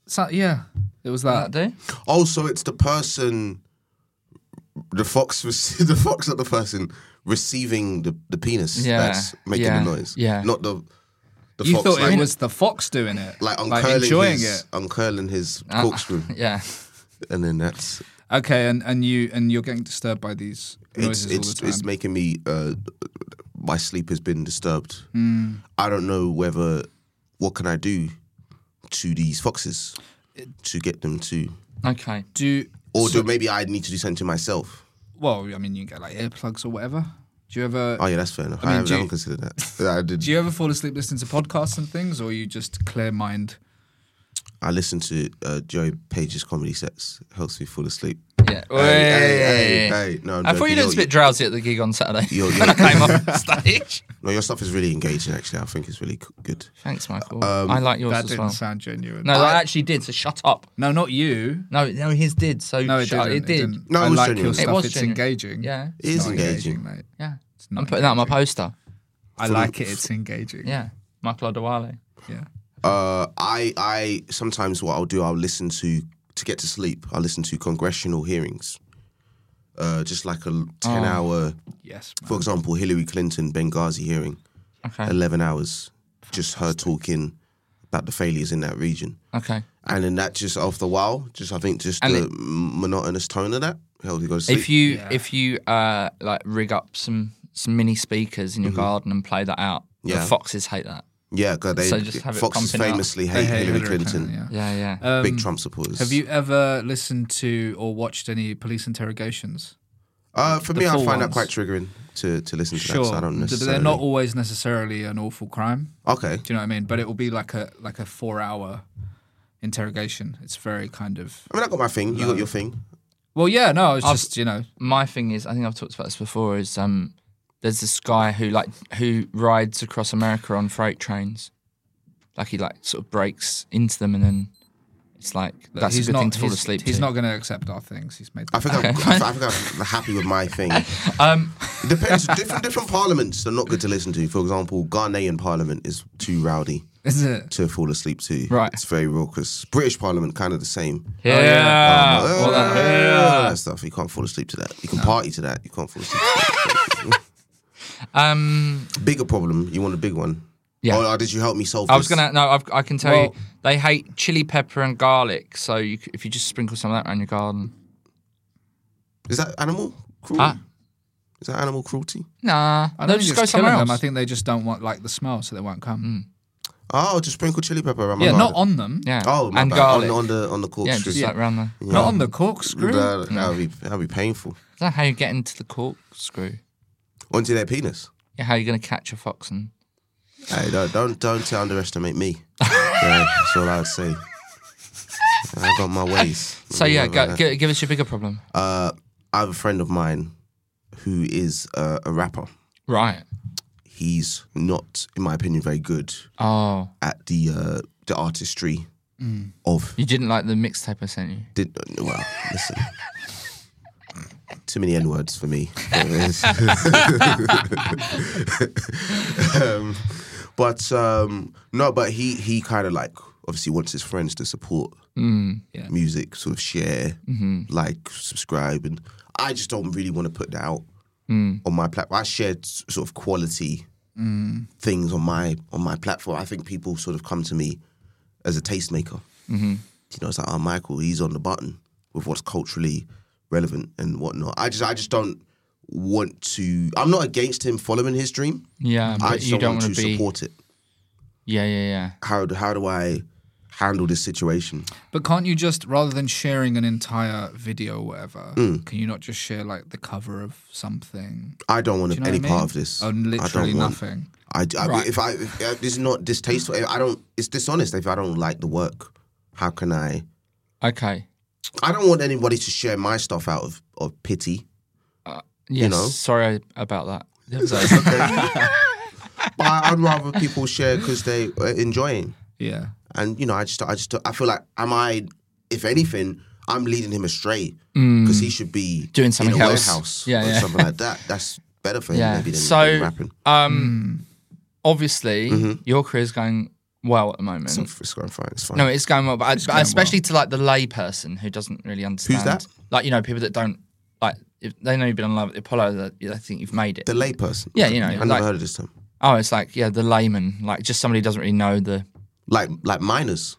Speaker 2: So, yeah, it was that.
Speaker 1: do?
Speaker 3: Also, Oh, it's the person, the fox, rec- the fox, not the person receiving the, the penis
Speaker 1: Yeah,
Speaker 3: that's making
Speaker 1: yeah,
Speaker 3: the noise.
Speaker 1: yeah.
Speaker 3: Not the, the
Speaker 2: You
Speaker 3: fox
Speaker 2: thought
Speaker 3: like,
Speaker 2: it was the fox doing it,
Speaker 3: like uncurling
Speaker 2: like enjoying
Speaker 3: his,
Speaker 2: it.
Speaker 3: uncurling his
Speaker 1: Uh,
Speaker 3: corkscrew.
Speaker 1: Yeah.
Speaker 3: And then that's,
Speaker 2: Okay, and, and you and you're getting disturbed by these
Speaker 3: it's,
Speaker 2: noises all
Speaker 3: it's,
Speaker 2: the time.
Speaker 3: it's making me, uh, my sleep has been disturbed.
Speaker 2: Hmm.
Speaker 3: I don't know whether, what can I do to these foxes to get them to,
Speaker 1: Okay.
Speaker 2: do
Speaker 3: or do, maybe I need to do something to myself.
Speaker 2: well, I mean, you can get like earplugs or whatever. Do you ever
Speaker 3: Oh yeah, that's fair enough. I,
Speaker 2: mean,
Speaker 3: haven't,
Speaker 2: do
Speaker 3: I
Speaker 2: you-
Speaker 3: haven't considered that. I did.
Speaker 2: do you ever fall asleep listening to podcasts and things, or you just clear mind?
Speaker 3: I listen to uh, Joe Page's comedy sets. Helps me fall asleep.
Speaker 1: Yeah.
Speaker 3: hey, hey, hey. No, I'm
Speaker 1: I thought
Speaker 3: joking.
Speaker 1: you looked a
Speaker 3: You're-
Speaker 1: bit drowsy at the gig on Saturday.
Speaker 3: You're-
Speaker 1: when I came off stage.
Speaker 3: No, your stuff is really engaging. Actually, I think it's really c- good.
Speaker 1: Thanks, Michael.
Speaker 3: Um,
Speaker 1: I like yours
Speaker 2: That
Speaker 1: as
Speaker 2: didn't
Speaker 1: well.
Speaker 2: sound genuine.
Speaker 1: no, I actually did. So shut up.
Speaker 2: no, not you.
Speaker 1: No, no, his did. So
Speaker 2: No, it
Speaker 1: shut Up.
Speaker 2: didn't.
Speaker 1: It did.
Speaker 2: didn't.
Speaker 3: No, it
Speaker 2: I
Speaker 3: was
Speaker 2: like
Speaker 3: genuine.
Speaker 2: your
Speaker 3: It
Speaker 2: stuff.
Speaker 1: was
Speaker 2: it's
Speaker 1: genuine.
Speaker 2: engaging.
Speaker 1: Yeah.
Speaker 3: It is
Speaker 2: Not
Speaker 3: engaging.
Speaker 2: mate.
Speaker 1: Yeah.
Speaker 2: not
Speaker 1: I'm putting that on my poster.
Speaker 2: I like it. It's engaging.
Speaker 1: Yeah. Michael Adewale.
Speaker 2: yeah.
Speaker 3: Uh, I, I sometimes what I'll do, I'll listen to to get to sleep. I'll listen to congressional hearings. Uh, just like a
Speaker 1: Oh.
Speaker 3: ten-hour,
Speaker 2: Yes. man.
Speaker 3: for example, Hillary Clinton Benghazi hearing,
Speaker 1: Okay.
Speaker 3: eleven hours, just her talking about the failures in that region.
Speaker 1: Okay.
Speaker 3: And then that just after a while, just I think just
Speaker 1: And
Speaker 3: the
Speaker 1: it-
Speaker 3: m monotonous tone of that helped you go to sleep.
Speaker 1: If you if you uh like rig up some some mini speakers in your
Speaker 2: Mm-hmm.
Speaker 1: garden and play that out,
Speaker 3: Yeah.
Speaker 1: the foxes hate that.
Speaker 3: yeah, because they
Speaker 1: So just have it
Speaker 3: Foxes
Speaker 1: pumping out. Um,
Speaker 3: famously
Speaker 2: Hey,
Speaker 3: hate
Speaker 2: hey,
Speaker 3: Hillary Clinton,
Speaker 2: yeah.
Speaker 1: Yeah, yeah.
Speaker 2: Uh,
Speaker 3: big Trump supporters.
Speaker 2: Have you ever listened to or watched any police interrogations?
Speaker 3: Uh, for me, I
Speaker 2: full
Speaker 3: find that
Speaker 2: ones?
Speaker 3: quite triggering to, to listen to that. So I don't
Speaker 2: Th-
Speaker 3: necessarily.
Speaker 2: they're not always necessarily an awful crime.
Speaker 3: okay.
Speaker 2: Do you know what I mean? But it will be like a like a four hour interrogation. It's very kind of
Speaker 3: I mean, I got my thing. You got your thing.
Speaker 2: well, yeah. No, it's just you know,
Speaker 1: my thing is, I think I've talked about this before. Is um, there's this guy who like who rides across America on freight trains, like he like sort of breaks into them, and then it's like
Speaker 2: that
Speaker 1: that's a
Speaker 2: he's
Speaker 1: good
Speaker 2: not
Speaker 1: thing to fall
Speaker 2: he's-
Speaker 1: asleep.
Speaker 2: He's
Speaker 1: to.
Speaker 2: not going to accept our things. He's made.
Speaker 3: I think
Speaker 1: Okay,
Speaker 3: I'm,
Speaker 1: fine.
Speaker 3: I think I'm happy with my thing.
Speaker 1: Um,
Speaker 3: Depends. different different parliaments are not good to listen to. For example, Ghanaian parliament is too rowdy
Speaker 2: is it?
Speaker 3: to fall asleep to.
Speaker 1: Right.
Speaker 3: It's very raucous. British parliament kind of the same.
Speaker 1: yeah,
Speaker 2: Oh,
Speaker 3: Uh,
Speaker 1: Well, that-
Speaker 3: that stuff. You can't fall asleep to that. You can party to that. You can't fall asleep. to that.
Speaker 1: um,
Speaker 3: Bigger problem. You want a big one?
Speaker 1: Yeah.
Speaker 3: Or, or did you help me solve?
Speaker 1: I was
Speaker 3: this?
Speaker 1: gonna no, I've, I can tell
Speaker 2: Well-
Speaker 1: you they hate chili pepper and garlic. So you, c- if you just sprinkle some of that around your garden,
Speaker 3: Is that animal cruelty?
Speaker 1: Ah.
Speaker 3: Is that animal cruelty?
Speaker 1: nah,
Speaker 2: I
Speaker 1: no,
Speaker 2: don't
Speaker 1: just
Speaker 2: think
Speaker 1: go
Speaker 2: it's killing
Speaker 1: somewhere else. Mm.
Speaker 2: them. I think they just don't want like the smell, so they won't come.
Speaker 3: Oh, just sprinkle chili pepper around my
Speaker 2: Yeah, not
Speaker 3: garden.
Speaker 2: on them.
Speaker 1: yeah,
Speaker 3: Oh, my
Speaker 1: and
Speaker 3: bad.
Speaker 1: garlic.
Speaker 3: On, on the on the corkscrew.
Speaker 1: yeah, just like Mm-hmm. round there.
Speaker 2: Not on the corkscrew.
Speaker 3: That, that'd be that'd be painful.
Speaker 1: Is that how you get into the corkscrew?
Speaker 3: Onto their penis.
Speaker 1: Yeah, how you gonna catch a fox and
Speaker 3: Hey, don't don't don't underestimate me. yeah, that's all I'd say. I got my ways.
Speaker 1: So
Speaker 3: Nothing
Speaker 1: yeah,
Speaker 3: about
Speaker 1: go,
Speaker 3: that.
Speaker 1: gi- give us your bigger problem.
Speaker 3: Uh, I have a friend of mine who is uh, a rapper.
Speaker 1: Right.
Speaker 3: He's not, in my opinion, very good
Speaker 1: Oh,
Speaker 3: at the uh, the artistry
Speaker 1: Mm.
Speaker 3: of
Speaker 1: you didn't like the mixtape I sent you.
Speaker 3: Did well. Listen, too many n words for me. um, but um, no, but he he kind of like obviously wants his friends to support music, sort of share, like, subscribe, and I just don't really want to put that out on my platform. I shared s- sort of quality things on my on my platform. I think people sort of come to me as a tastemaker. You know, it's like, oh, Michael, he's on the button with what's culturally relevant and whatnot. I just, I just don't want to. I'm not against him following his dream.
Speaker 1: Yeah, but
Speaker 3: I just
Speaker 1: you don't
Speaker 3: want
Speaker 1: want
Speaker 3: to
Speaker 1: be.
Speaker 3: support it.
Speaker 1: Yeah, yeah, yeah.
Speaker 3: How, do- how do I handle this situation?
Speaker 2: But can't you just, rather than sharing an entire video or whatever,
Speaker 1: Mm.
Speaker 2: can you not just share like the cover of something?
Speaker 3: I don't want
Speaker 2: Do you know
Speaker 3: any
Speaker 2: what I mean?
Speaker 3: part of this.
Speaker 2: Oh,
Speaker 3: I don't
Speaker 2: literally
Speaker 3: want-
Speaker 2: nothing.
Speaker 3: I, I- if I, if, uh, this is not distasteful. I don't. It's dishonest if I don't like the work. How can I?
Speaker 1: Okay.
Speaker 3: I don't want anybody to share my stuff out of of pity.
Speaker 1: Yes.
Speaker 3: know?
Speaker 1: Sorry about that.
Speaker 3: But I, I'd rather people share because they uh, are enjoying.
Speaker 2: Yeah.
Speaker 3: and you know, I just, I just, I feel like, am I, if anything, I'm leading him astray because he should be
Speaker 1: Mm. Doing something
Speaker 3: in a
Speaker 1: else.
Speaker 3: warehouse
Speaker 1: Yeah,
Speaker 3: or
Speaker 1: yeah.
Speaker 3: something like that. That's better for him
Speaker 1: Yeah.
Speaker 3: maybe than, than
Speaker 1: So,
Speaker 3: rapping.
Speaker 1: um, obviously,
Speaker 3: Mm-hmm.
Speaker 1: your career's going well at the moment.
Speaker 3: So it's going fine. It's fine.
Speaker 1: No, it's going well, but, I, but
Speaker 2: going
Speaker 1: especially to like the layperson who doesn't really understand.
Speaker 3: that?
Speaker 1: Like you know, people that don't like if they know you've been on Love at the Apollo. That they think you've made it.
Speaker 3: the layperson.
Speaker 1: Yeah, you know,
Speaker 3: I
Speaker 1: like-
Speaker 3: never heard of this term.
Speaker 1: oh, it's like yeah, the layman, like just somebody who doesn't really know the.
Speaker 3: Like like minors.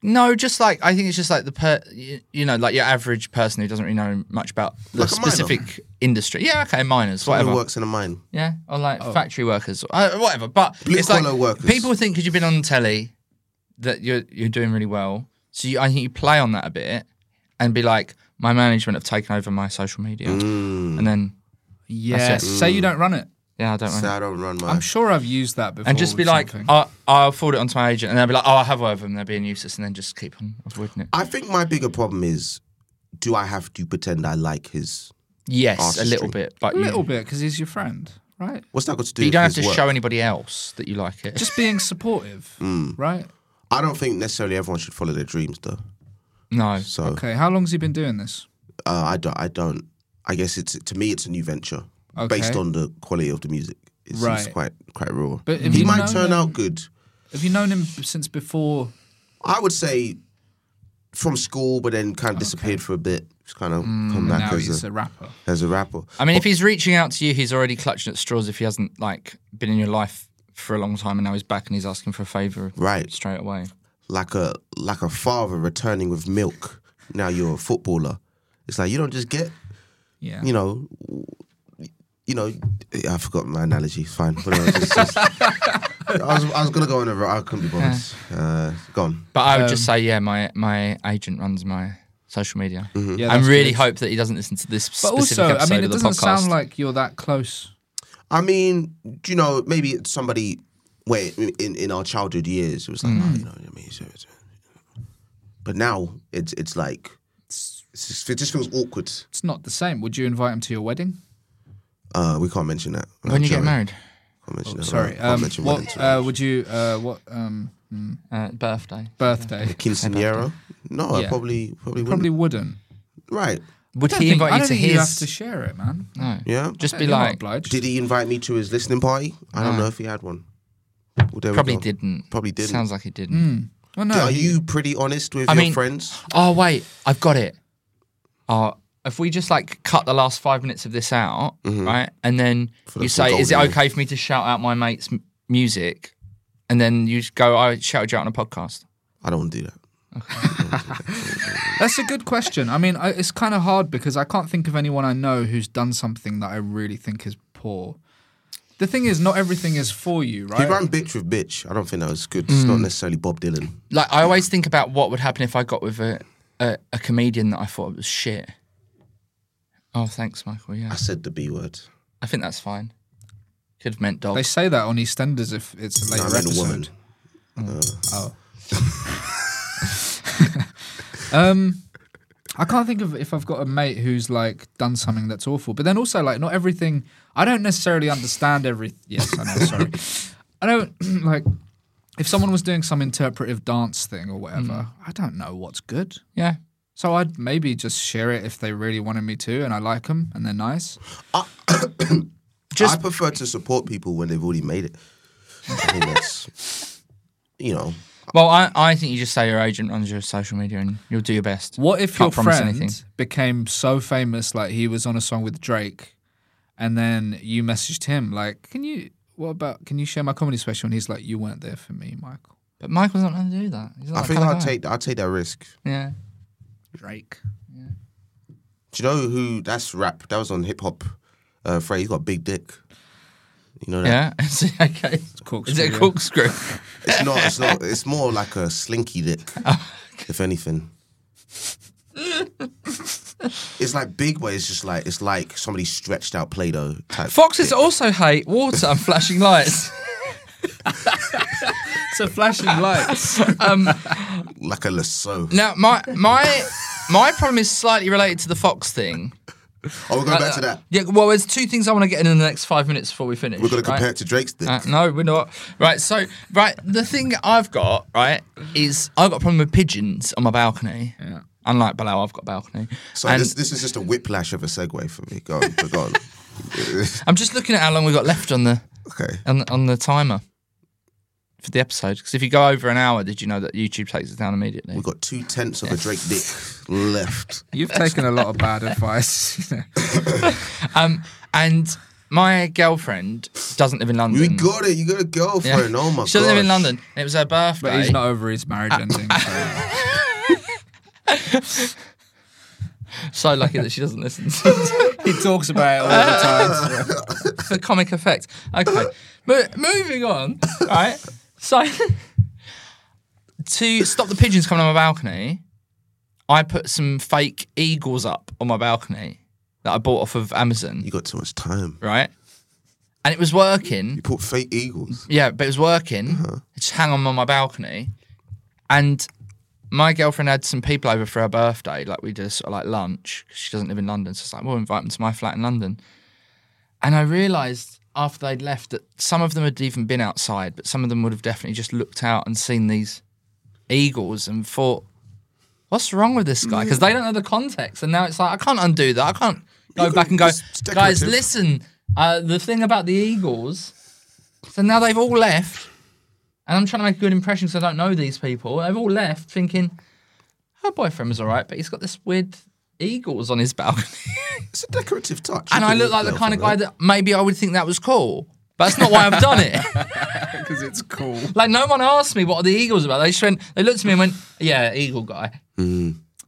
Speaker 1: No, just like I think it's just like the per, you, you know, like your average person who doesn't really know much about the
Speaker 3: Like a miner.
Speaker 1: specific industry. Yeah, okay, miners,
Speaker 3: Who
Speaker 1: whatever.
Speaker 3: works in a mine?
Speaker 1: Yeah, or like factory workers, uh, whatever. But
Speaker 3: Oh. Blue
Speaker 1: it's like
Speaker 3: collar workers.
Speaker 1: people think because you've been on telly that you're you're doing really well. So you, I think you play on that a bit and be like, my management have taken over my social media,
Speaker 3: Mm.
Speaker 1: and then
Speaker 2: Yeah.
Speaker 1: it. Mm.
Speaker 2: Say you don't run it.
Speaker 1: yeah, I don't
Speaker 3: So
Speaker 1: know.
Speaker 3: I don't run my.
Speaker 2: I'm sure I've used that before.
Speaker 1: And just be
Speaker 2: with
Speaker 1: like,
Speaker 2: something.
Speaker 1: I, I'll forward it onto my agent, and they'll be like, oh, I have over them. They're being useless, and then just keep on avoiding it.
Speaker 3: I think my bigger problem is, do I have to pretend I like his?
Speaker 1: yes, a
Speaker 3: Artistry.
Speaker 1: little bit, but
Speaker 2: a little
Speaker 1: you,
Speaker 2: bit because he's your friend, right?
Speaker 3: What's that got to do?
Speaker 1: But you
Speaker 3: with
Speaker 1: don't have
Speaker 3: his
Speaker 1: to
Speaker 3: work?
Speaker 1: show anybody else that you like it.
Speaker 2: Just being supportive,
Speaker 1: Mm.
Speaker 2: right?
Speaker 3: I don't think necessarily everyone should follow their dreams, though.
Speaker 1: no,
Speaker 3: So
Speaker 2: Okay. How long's he been doing this?
Speaker 3: uh, I don't. I don't. I guess it's to me, it's a new venture based
Speaker 2: Okay.
Speaker 3: on the quality of the music. It seems
Speaker 2: Right.
Speaker 3: quite quite raw.
Speaker 2: But have
Speaker 3: he
Speaker 2: you
Speaker 3: might
Speaker 2: known
Speaker 3: turn
Speaker 2: him-
Speaker 3: out good.
Speaker 2: Have you known him since before?
Speaker 3: I would say from school, but then kind of disappeared for a bit. Just kind of come back
Speaker 2: Mm, Now
Speaker 3: as
Speaker 2: he's
Speaker 3: a,
Speaker 2: a rapper.
Speaker 3: as a rapper.
Speaker 1: I mean, if he's reaching out to you, he's already clutching at straws. If he hasn't like been in your life for a long time, and now he's back and he's asking for a favor,
Speaker 3: Right.
Speaker 1: Straight away.
Speaker 3: like a like a father returning with milk. Now you're a footballer. It's like you don't just get
Speaker 2: Yeah.
Speaker 3: you know, you know, I forgot my analogy. It's fine. Whatever, it's just- I was I was gonna go on a ro- I couldn't be bothered. Uh, go on.
Speaker 1: But I would just
Speaker 2: Um,
Speaker 1: say, yeah, my my agent runs my social media.
Speaker 3: Mm-hmm.
Speaker 2: Yeah,
Speaker 1: I
Speaker 2: that's
Speaker 1: really
Speaker 2: good.
Speaker 1: hope that he doesn't listen to this
Speaker 2: But
Speaker 1: specific
Speaker 2: also, I
Speaker 1: episode
Speaker 2: mean, it
Speaker 1: of the
Speaker 2: doesn't
Speaker 1: podcast.
Speaker 2: sound like you're that close.
Speaker 3: I mean, do you know, maybe it's somebody where in, in our childhood years it was
Speaker 1: Mm.
Speaker 3: like, oh, you know, I mean, it's- it's- but now it's it's like it's just, it just feels awkward.
Speaker 2: It's not the same. Would you invite him to your wedding?
Speaker 3: Uh, we can't mention that.
Speaker 1: when you get
Speaker 3: Sorry.
Speaker 1: married,
Speaker 3: Can't mention that.
Speaker 2: Sorry.
Speaker 3: Can't
Speaker 2: Um,
Speaker 3: mention wedding
Speaker 2: what
Speaker 3: too
Speaker 2: uh,
Speaker 3: much.
Speaker 2: would you? Uh, what um, mm,
Speaker 1: uh, birthday.
Speaker 2: birthday?
Speaker 3: Quinceanera? No, I
Speaker 2: Yeah.
Speaker 3: probably probably wouldn't.
Speaker 2: Probably wouldn't.
Speaker 3: Right.
Speaker 1: Would he
Speaker 2: I don't think-
Speaker 1: invite
Speaker 2: I
Speaker 1: you
Speaker 2: don't
Speaker 1: to
Speaker 2: think
Speaker 1: his?
Speaker 2: You have to share it, man.
Speaker 1: no.
Speaker 3: Yeah.
Speaker 1: Just
Speaker 2: Yeah,
Speaker 1: be
Speaker 2: you're not
Speaker 1: like,
Speaker 2: obliged.
Speaker 3: Did he invite me to his listening party? I don't know if he had one. Well, there we
Speaker 1: probably
Speaker 3: go.
Speaker 1: didn't.
Speaker 3: Probably didn't.
Speaker 1: Sounds like he didn't.
Speaker 2: Well, no.
Speaker 3: Are
Speaker 2: he-
Speaker 3: you pretty honest with
Speaker 1: I
Speaker 3: your
Speaker 1: mean-
Speaker 3: friends?
Speaker 1: Oh wait, I've got it. Uh, if we just like cut the last five minutes of this out, right, and then
Speaker 3: Mm-hmm. For the-
Speaker 1: you
Speaker 3: for the
Speaker 1: say, "Is it
Speaker 3: golden
Speaker 1: okay for me to shout out my mate's m- music?" and then you just go, "I shouted you out on a podcast."
Speaker 3: I don't do that.
Speaker 2: That's a good question. I mean, I, it's kind of hard because I can't think of anyone I know who's done something that I really think is poor. The thing is, not everything is for you,
Speaker 3: He
Speaker 2: right?
Speaker 3: ran bitch with bitch. I don't think that was good. It's
Speaker 1: Mm.
Speaker 3: not necessarily Bob Dylan.
Speaker 1: Like I always think about what would happen if I got with a a, a comedian that I thought was shit. Oh, thanks, Michael. Yeah,
Speaker 3: I said the B word.
Speaker 1: I think that's fine. Could have meant dog.
Speaker 2: They say that on EastEnders if it's a
Speaker 3: No,
Speaker 2: later
Speaker 3: I meant a
Speaker 2: episode.
Speaker 3: woman.
Speaker 2: Oh. um, I can't think of if I've got a mate who's like done something that's awful. But then also like not everything. I don't necessarily understand every. Yes, I know. Sorry, I don't like if someone was doing some interpretive dance thing or whatever.
Speaker 3: Hmm.
Speaker 2: I don't know what's good.
Speaker 1: yeah.
Speaker 2: So I'd maybe just share it if they really wanted me to, and I like them and they're nice.
Speaker 3: I prefer to support people when they've already made it. I think that's, you know,
Speaker 1: Well, I, I think you just say your agent runs your social media and you'll do your best.
Speaker 2: What if
Speaker 1: Can't
Speaker 2: your
Speaker 1: promise
Speaker 2: friend
Speaker 1: anything.
Speaker 2: became so famous, like he was on a song with Drake, and then you messaged him, like, can you, what about, can you share my comedy special? And he's like, you weren't there for me, Michael.
Speaker 1: But Michael's not going to do that. He's not
Speaker 3: I
Speaker 1: that
Speaker 3: think
Speaker 1: kind of
Speaker 3: I'll
Speaker 1: guy.
Speaker 3: take I'll take that risk.
Speaker 1: Yeah.
Speaker 2: Drake.
Speaker 3: Do you know who? That's rap. That was on hip hop. Uh, Frey, he's got a big dick. You know that?
Speaker 1: Yeah. Is it okay? Is
Speaker 2: corkscrew,
Speaker 1: it a
Speaker 2: yeah.
Speaker 1: corkscrew?
Speaker 3: It's not. It's not. It's more like a slinky dick, if anything. it's like big, but it's just like it's like somebody stretched out Play-Doh type.
Speaker 1: Foxes
Speaker 3: dick.
Speaker 1: also hate water and flashing lights.
Speaker 2: It's a flashing light.
Speaker 3: like a lasso.
Speaker 1: Now, my my my problem is slightly related to the fox thing.
Speaker 3: Oh, we're going back to that.
Speaker 1: Uh, Yeah. Well, there's two things I want to get in in the next five minutes before we finish.
Speaker 3: We're going to
Speaker 1: right?
Speaker 3: compare it to Drake's dick.
Speaker 1: Uh, no, we're not. Right, so right, the thing I've got right is I've got a problem with pigeons on my balcony. Yeah. Unlike below, I've got a balcony.
Speaker 3: so
Speaker 1: And-
Speaker 3: this this is just a whiplash of a segue for me. Go on, but go on.
Speaker 1: I'm just looking at how long we got left on the
Speaker 3: Okay.
Speaker 1: on, on the timer for the episode. Because if you go over an hour, did you know that YouTube takes it down immediately?
Speaker 3: We've got two tenths of a Drake dick left.
Speaker 2: You've taken a lot of bad advice.
Speaker 1: Um, and my girlfriend doesn't live in London.
Speaker 3: We got it. You got a
Speaker 1: Mm. Yeah.
Speaker 3: girlfriend. Oh my god.
Speaker 1: She doesn't live in London. And it was her birthday.
Speaker 2: but he's not over his marriage ending. So.
Speaker 1: So lucky that she doesn't listen. to
Speaker 2: he talks about it all the time.
Speaker 1: for comic effect. Okay. Mo- moving on, right? So, to stop the pigeons coming on my balcony, I put some fake eagles up on my balcony that I bought off of Amazon,
Speaker 3: You got too much time.
Speaker 1: right? And it was working.
Speaker 3: You put fake eagles.
Speaker 1: Yeah, but it was working. It Just hang 'em on my balcony. And my girlfriend had some people over for her birthday. Like we did sort of like lunch 'cause she doesn't live in London. So it's like, we'll invite them to my flat in London. And I realised after they'd left that some of them had even been outside, but some of them would have definitely just looked out and seen these eagles and thought, what's wrong with this guy? Because they don't know the context. And now it's like, I can't undo that. I can't go
Speaker 3: can-
Speaker 1: back and go,
Speaker 3: it's- it's
Speaker 1: guys,
Speaker 3: decorative."
Speaker 1: listen, uh, the thing about the eagles. So now they've all left. And I'm trying to make a good impression because I don't know these people. They've all left thinking, her boyfriend was all right, but he's got this weird eagles on his balcony.
Speaker 3: It's a decorative touch.
Speaker 1: and
Speaker 3: You
Speaker 1: I
Speaker 3: can
Speaker 1: look
Speaker 3: eat
Speaker 1: like the
Speaker 3: now
Speaker 1: kind of
Speaker 3: for
Speaker 1: guy that maybe I would think that was cool. But that's not why I've done it.
Speaker 2: Because it's cool.
Speaker 1: like no one asked me what are the eagles about. They just went, they looked at me and went, yeah, eagle guy.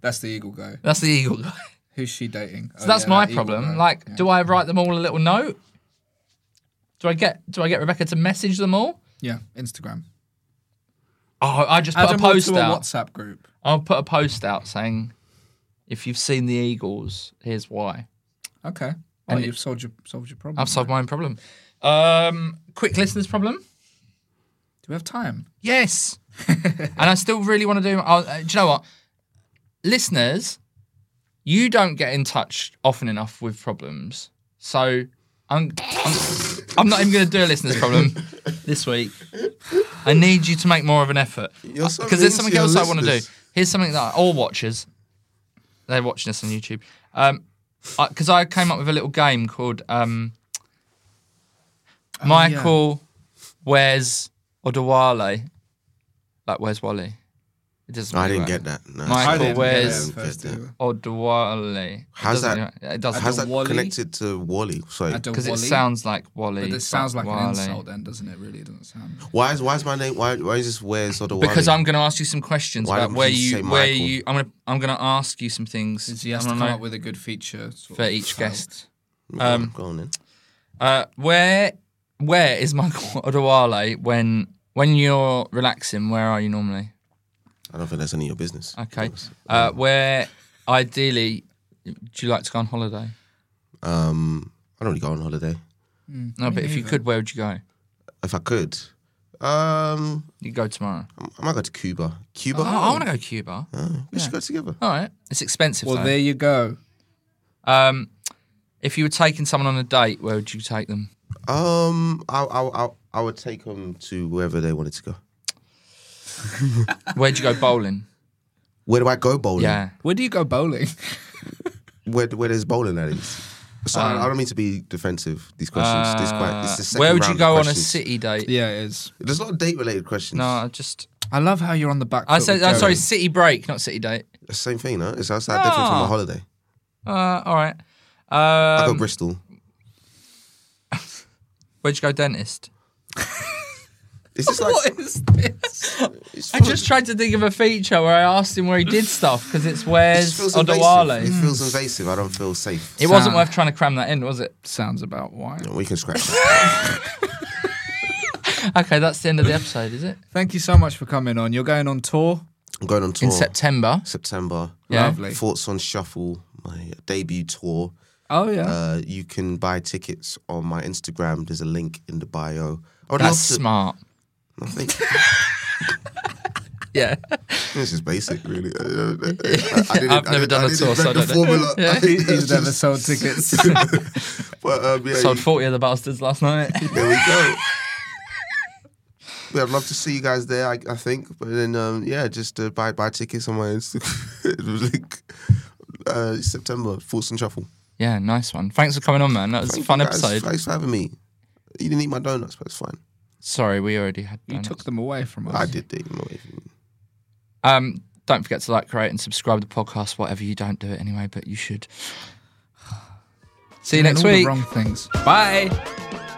Speaker 2: That's the eagle guy.
Speaker 1: That's the eagle guy.
Speaker 2: Who's she dating? Oh,
Speaker 1: So that's my problem. Like, do I write them all a little note? Do I get do I get Rebecca to message them all?
Speaker 2: Yeah, Instagram.
Speaker 1: Oh, I just put
Speaker 2: Add
Speaker 1: a
Speaker 2: them all
Speaker 1: post
Speaker 2: to a
Speaker 1: out.
Speaker 2: WhatsApp group.
Speaker 1: I'll put a post out saying, if you've seen the Eagles, here's why.
Speaker 2: Okay. Well, you've solved your solved your problem.
Speaker 1: I've solved my own problem. Um, quick listeners problem.
Speaker 2: Do we have time?
Speaker 1: Yes. and I still really want to do. I'll, uh, do you know what? Listeners, you don't get in touch often enough with problems. So I'm, I'm, I'm not even going to do a listener's problem this week. I need you to make more of an effort.
Speaker 3: You're so
Speaker 1: Because there's something
Speaker 3: mean to your
Speaker 1: else I want to do.
Speaker 3: listeners.
Speaker 1: Here's something that all watchers, they're watching us on YouTube. Um, Because I, came up with a little game called um,
Speaker 2: Oh,
Speaker 1: Michael Where's Odawale. Like, where's Wally? It doesn't.
Speaker 3: I
Speaker 1: really work.
Speaker 3: didn't get that. No,
Speaker 1: Michael,
Speaker 3: I didn't.
Speaker 1: where's-
Speaker 3: I didn't get that.
Speaker 1: Odwally. It
Speaker 3: How's
Speaker 1: doesn't
Speaker 3: that-
Speaker 1: really- It doesn't.
Speaker 3: How's that
Speaker 2: Wally?
Speaker 3: connected to Wally? Sorry.
Speaker 2: Add a
Speaker 1: Because it
Speaker 2: Wally.
Speaker 1: sounds like Wally.
Speaker 2: But this sounds like
Speaker 1: Wally.
Speaker 2: an insult, then, doesn't it? Really, it doesn't sound.
Speaker 3: Why is why is my name why why is this where's or the
Speaker 1: Because
Speaker 3: Wally?
Speaker 1: I'm going to ask you some questions
Speaker 3: Why
Speaker 1: about
Speaker 3: don't
Speaker 1: where
Speaker 3: you
Speaker 1: you,
Speaker 3: say
Speaker 1: where
Speaker 3: Michael?
Speaker 1: you. I'm going to. I'm going to ask you some things.
Speaker 2: Since he
Speaker 1: I
Speaker 2: has to
Speaker 1: wanna
Speaker 2: come
Speaker 1: know
Speaker 2: up with a good feature sort
Speaker 1: for
Speaker 2: of
Speaker 1: each
Speaker 2: style.
Speaker 1: guest.
Speaker 3: Go on,
Speaker 1: um,
Speaker 3: go on then.
Speaker 1: Uh, where Where is Michael Odwale when when you're relaxing? Where are you normally?
Speaker 3: I don't think that's any of your business.
Speaker 1: Okay. Uh, where ideally do you like to go on holiday?
Speaker 3: Um, I don't really go on holiday.
Speaker 1: No, but if you could, where would you go?
Speaker 3: If I could, um,
Speaker 1: You go tomorrow.
Speaker 3: I might go to Cuba. Cuba.
Speaker 1: Oh, I want to go to Cuba.
Speaker 3: We should go together.
Speaker 1: All right. It's expensive.
Speaker 2: Well,
Speaker 1: though.
Speaker 2: there you go.
Speaker 1: Um, if you were taking someone on a date, where would you take them?
Speaker 3: Um, I I I, I would take them to wherever they wanted to go.
Speaker 1: Where'd you go bowling?
Speaker 3: Where do I go bowling?
Speaker 1: Yeah.
Speaker 2: Where do you go bowling?
Speaker 3: Where where there's bowling alleys. So I, I don't mean to be defensive. These questions. this quite. This is the second
Speaker 1: Um, Uh, Where would you
Speaker 3: round
Speaker 1: go
Speaker 3: of
Speaker 1: on a
Speaker 3: questions.
Speaker 1: city date?
Speaker 2: yeah, it is.
Speaker 3: There's a lot of date related questions.
Speaker 1: No, I just.
Speaker 2: I love how you're on the back.
Speaker 1: I
Speaker 2: foot
Speaker 1: said.
Speaker 2: with
Speaker 1: I'm
Speaker 2: Joey.
Speaker 1: sorry, city break, not city date.
Speaker 3: It's the same thing. No, it's outside different from
Speaker 1: No.
Speaker 3: a holiday.
Speaker 1: Uh, all right. Ah.
Speaker 3: I go
Speaker 1: Um,
Speaker 3: Bristol.
Speaker 1: where'd you go dentist?
Speaker 3: Is this like?
Speaker 2: What is this?
Speaker 3: it's
Speaker 1: I
Speaker 3: full-
Speaker 1: just tried to think of a feature where I asked him where he did stuff because it's
Speaker 3: it
Speaker 1: where's
Speaker 3: just feels invasive. Hmm. It
Speaker 1: Odawale.
Speaker 3: feels invasive. I don't feel safe.
Speaker 1: Hmm. It wasn't worth trying to cram that in, was it?
Speaker 2: Sounds about right.
Speaker 3: We can scratch. that.
Speaker 1: Okay, that's the end of the episode, is it?
Speaker 2: Thank you so much for coming on. You're going on tour.
Speaker 3: I'm going on tour.
Speaker 1: In September.
Speaker 3: September.
Speaker 1: Yeah.
Speaker 2: Lovely.
Speaker 3: Thoughts on Shuffle, my debut tour.
Speaker 2: Oh yeah.
Speaker 3: Uh, you can buy tickets on my Instagram. There's a link in the bio. I
Speaker 1: That's
Speaker 3: would love to.
Speaker 1: smart.
Speaker 3: I think
Speaker 1: Yeah.
Speaker 3: this is basic, really. I, I, I
Speaker 1: I've
Speaker 3: didn't, I
Speaker 1: never
Speaker 3: didn't-
Speaker 1: done a
Speaker 3: I didn't
Speaker 1: tour, so I
Speaker 3: invent the
Speaker 1: don't know.
Speaker 3: formula. I
Speaker 2: He-
Speaker 3: think
Speaker 2: He's
Speaker 3: that's
Speaker 2: never
Speaker 3: just-
Speaker 2: sold tickets.
Speaker 3: But um, yeah,
Speaker 1: Sold
Speaker 3: you-
Speaker 1: 40 of the bastards last night.
Speaker 3: there we go. Yeah, I'd love to see you guys there. I, I think, but then um, yeah, just uh, buy buy tickets on my Instagram. It was like, uh, September, Thoughts and Shuffle.
Speaker 1: Yeah, nice one. Thanks for coming on, man. That was
Speaker 3: Thank
Speaker 1: a fun
Speaker 3: you guys.
Speaker 1: episode.
Speaker 3: Thanks for having me. You didn't eat my donuts, but it's fine.
Speaker 1: Sorry, we already had.
Speaker 2: You
Speaker 1: donuts.
Speaker 2: took them away from us.
Speaker 3: I did eat them. away from you.
Speaker 1: Um, don't forget to like, rate, and subscribe to the podcast. Whatever you don't do it anyway, but you should. See you
Speaker 2: Doing
Speaker 1: next
Speaker 2: all the
Speaker 1: week.
Speaker 2: wrong things. Bye.